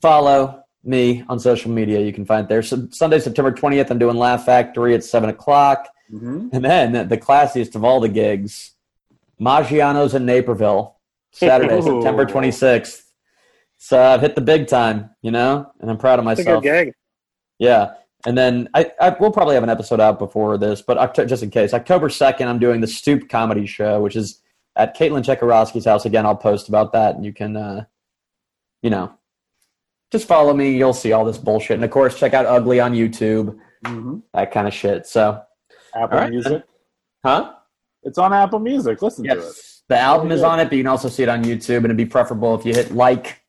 [SPEAKER 3] follow me on social media. You can find it there. So Sunday, September 20th, I'm doing Laugh Factory at 7 o'clock.
[SPEAKER 5] Mhm.
[SPEAKER 3] And then the classiest of all the gigs, Maggiano's in Naperville, Saturday,
[SPEAKER 5] Ooh.
[SPEAKER 3] September 26th. So I've hit the big time, you know, and I'm proud of
[SPEAKER 2] It's a good
[SPEAKER 3] myself.
[SPEAKER 2] gig.
[SPEAKER 3] Yeah. And then I, I we'll probably have an episode out before this, but Octo- just in case, October 2nd, I'm doing the Stoop Comedy Show, which is at Caitlin Chekorowski's house. Again, I'll post about that and you can, uh, you know, just follow me. You'll see all this bullshit. And of course, check out Ugly on YouTube,
[SPEAKER 5] Mhm.
[SPEAKER 3] that kind of shit. So,
[SPEAKER 5] Apple
[SPEAKER 3] All right,
[SPEAKER 5] Music.
[SPEAKER 3] huh?
[SPEAKER 5] It's on Apple Music. Listen to it.
[SPEAKER 3] Yes. The album is
[SPEAKER 5] good.
[SPEAKER 3] on it, but you can also see it on YouTube. And it'd be preferable if you hit like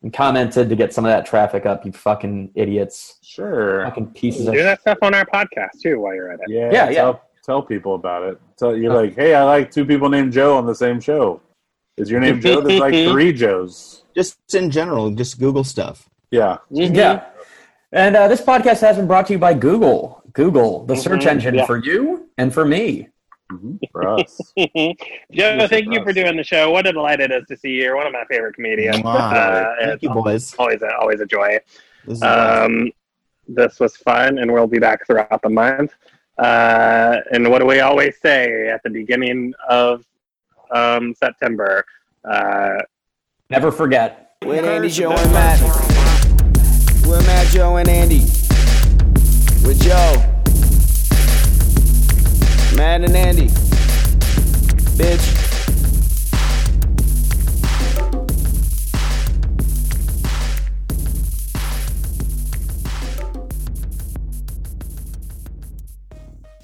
[SPEAKER 3] and commented to get some of that traffic up, you fucking idiots.
[SPEAKER 5] Sure.
[SPEAKER 3] Fucking pieces of
[SPEAKER 2] Do that stuff on our podcast too while you're at it.
[SPEAKER 5] Yeah.
[SPEAKER 3] Yeah, yeah.
[SPEAKER 5] Tell, tell people about it. Tell you're like, hey, I like two people named Joe on the same show. Is your name Joe? There's like three Joes.
[SPEAKER 4] Just in general, just Google stuff.
[SPEAKER 5] Yeah.
[SPEAKER 3] Yeah. And uh, this podcast has been brought to you by Google. Google, the search
[SPEAKER 2] Mhm,
[SPEAKER 3] engine
[SPEAKER 2] yeah.
[SPEAKER 3] for you and for me.
[SPEAKER 5] Mhm. For us.
[SPEAKER 2] Mhm. Joe,
[SPEAKER 5] Jesus
[SPEAKER 2] thank you for
[SPEAKER 5] Christ.
[SPEAKER 2] doing the show. What a delight it is to see you. You're one of my favorite comedians.
[SPEAKER 4] Mwah.
[SPEAKER 2] Uh,
[SPEAKER 4] Thank you, boys.
[SPEAKER 2] always a, always a joy.
[SPEAKER 4] This is
[SPEAKER 2] Um, this was fun, and we'll be back throughout the month. Uh, and what do we always say at the beginning of um, September? Uh,
[SPEAKER 3] Never forget.
[SPEAKER 1] With Andy, Joe, and Matt. With Matt, Joe, and Andy. With Joe. Matt and Andy.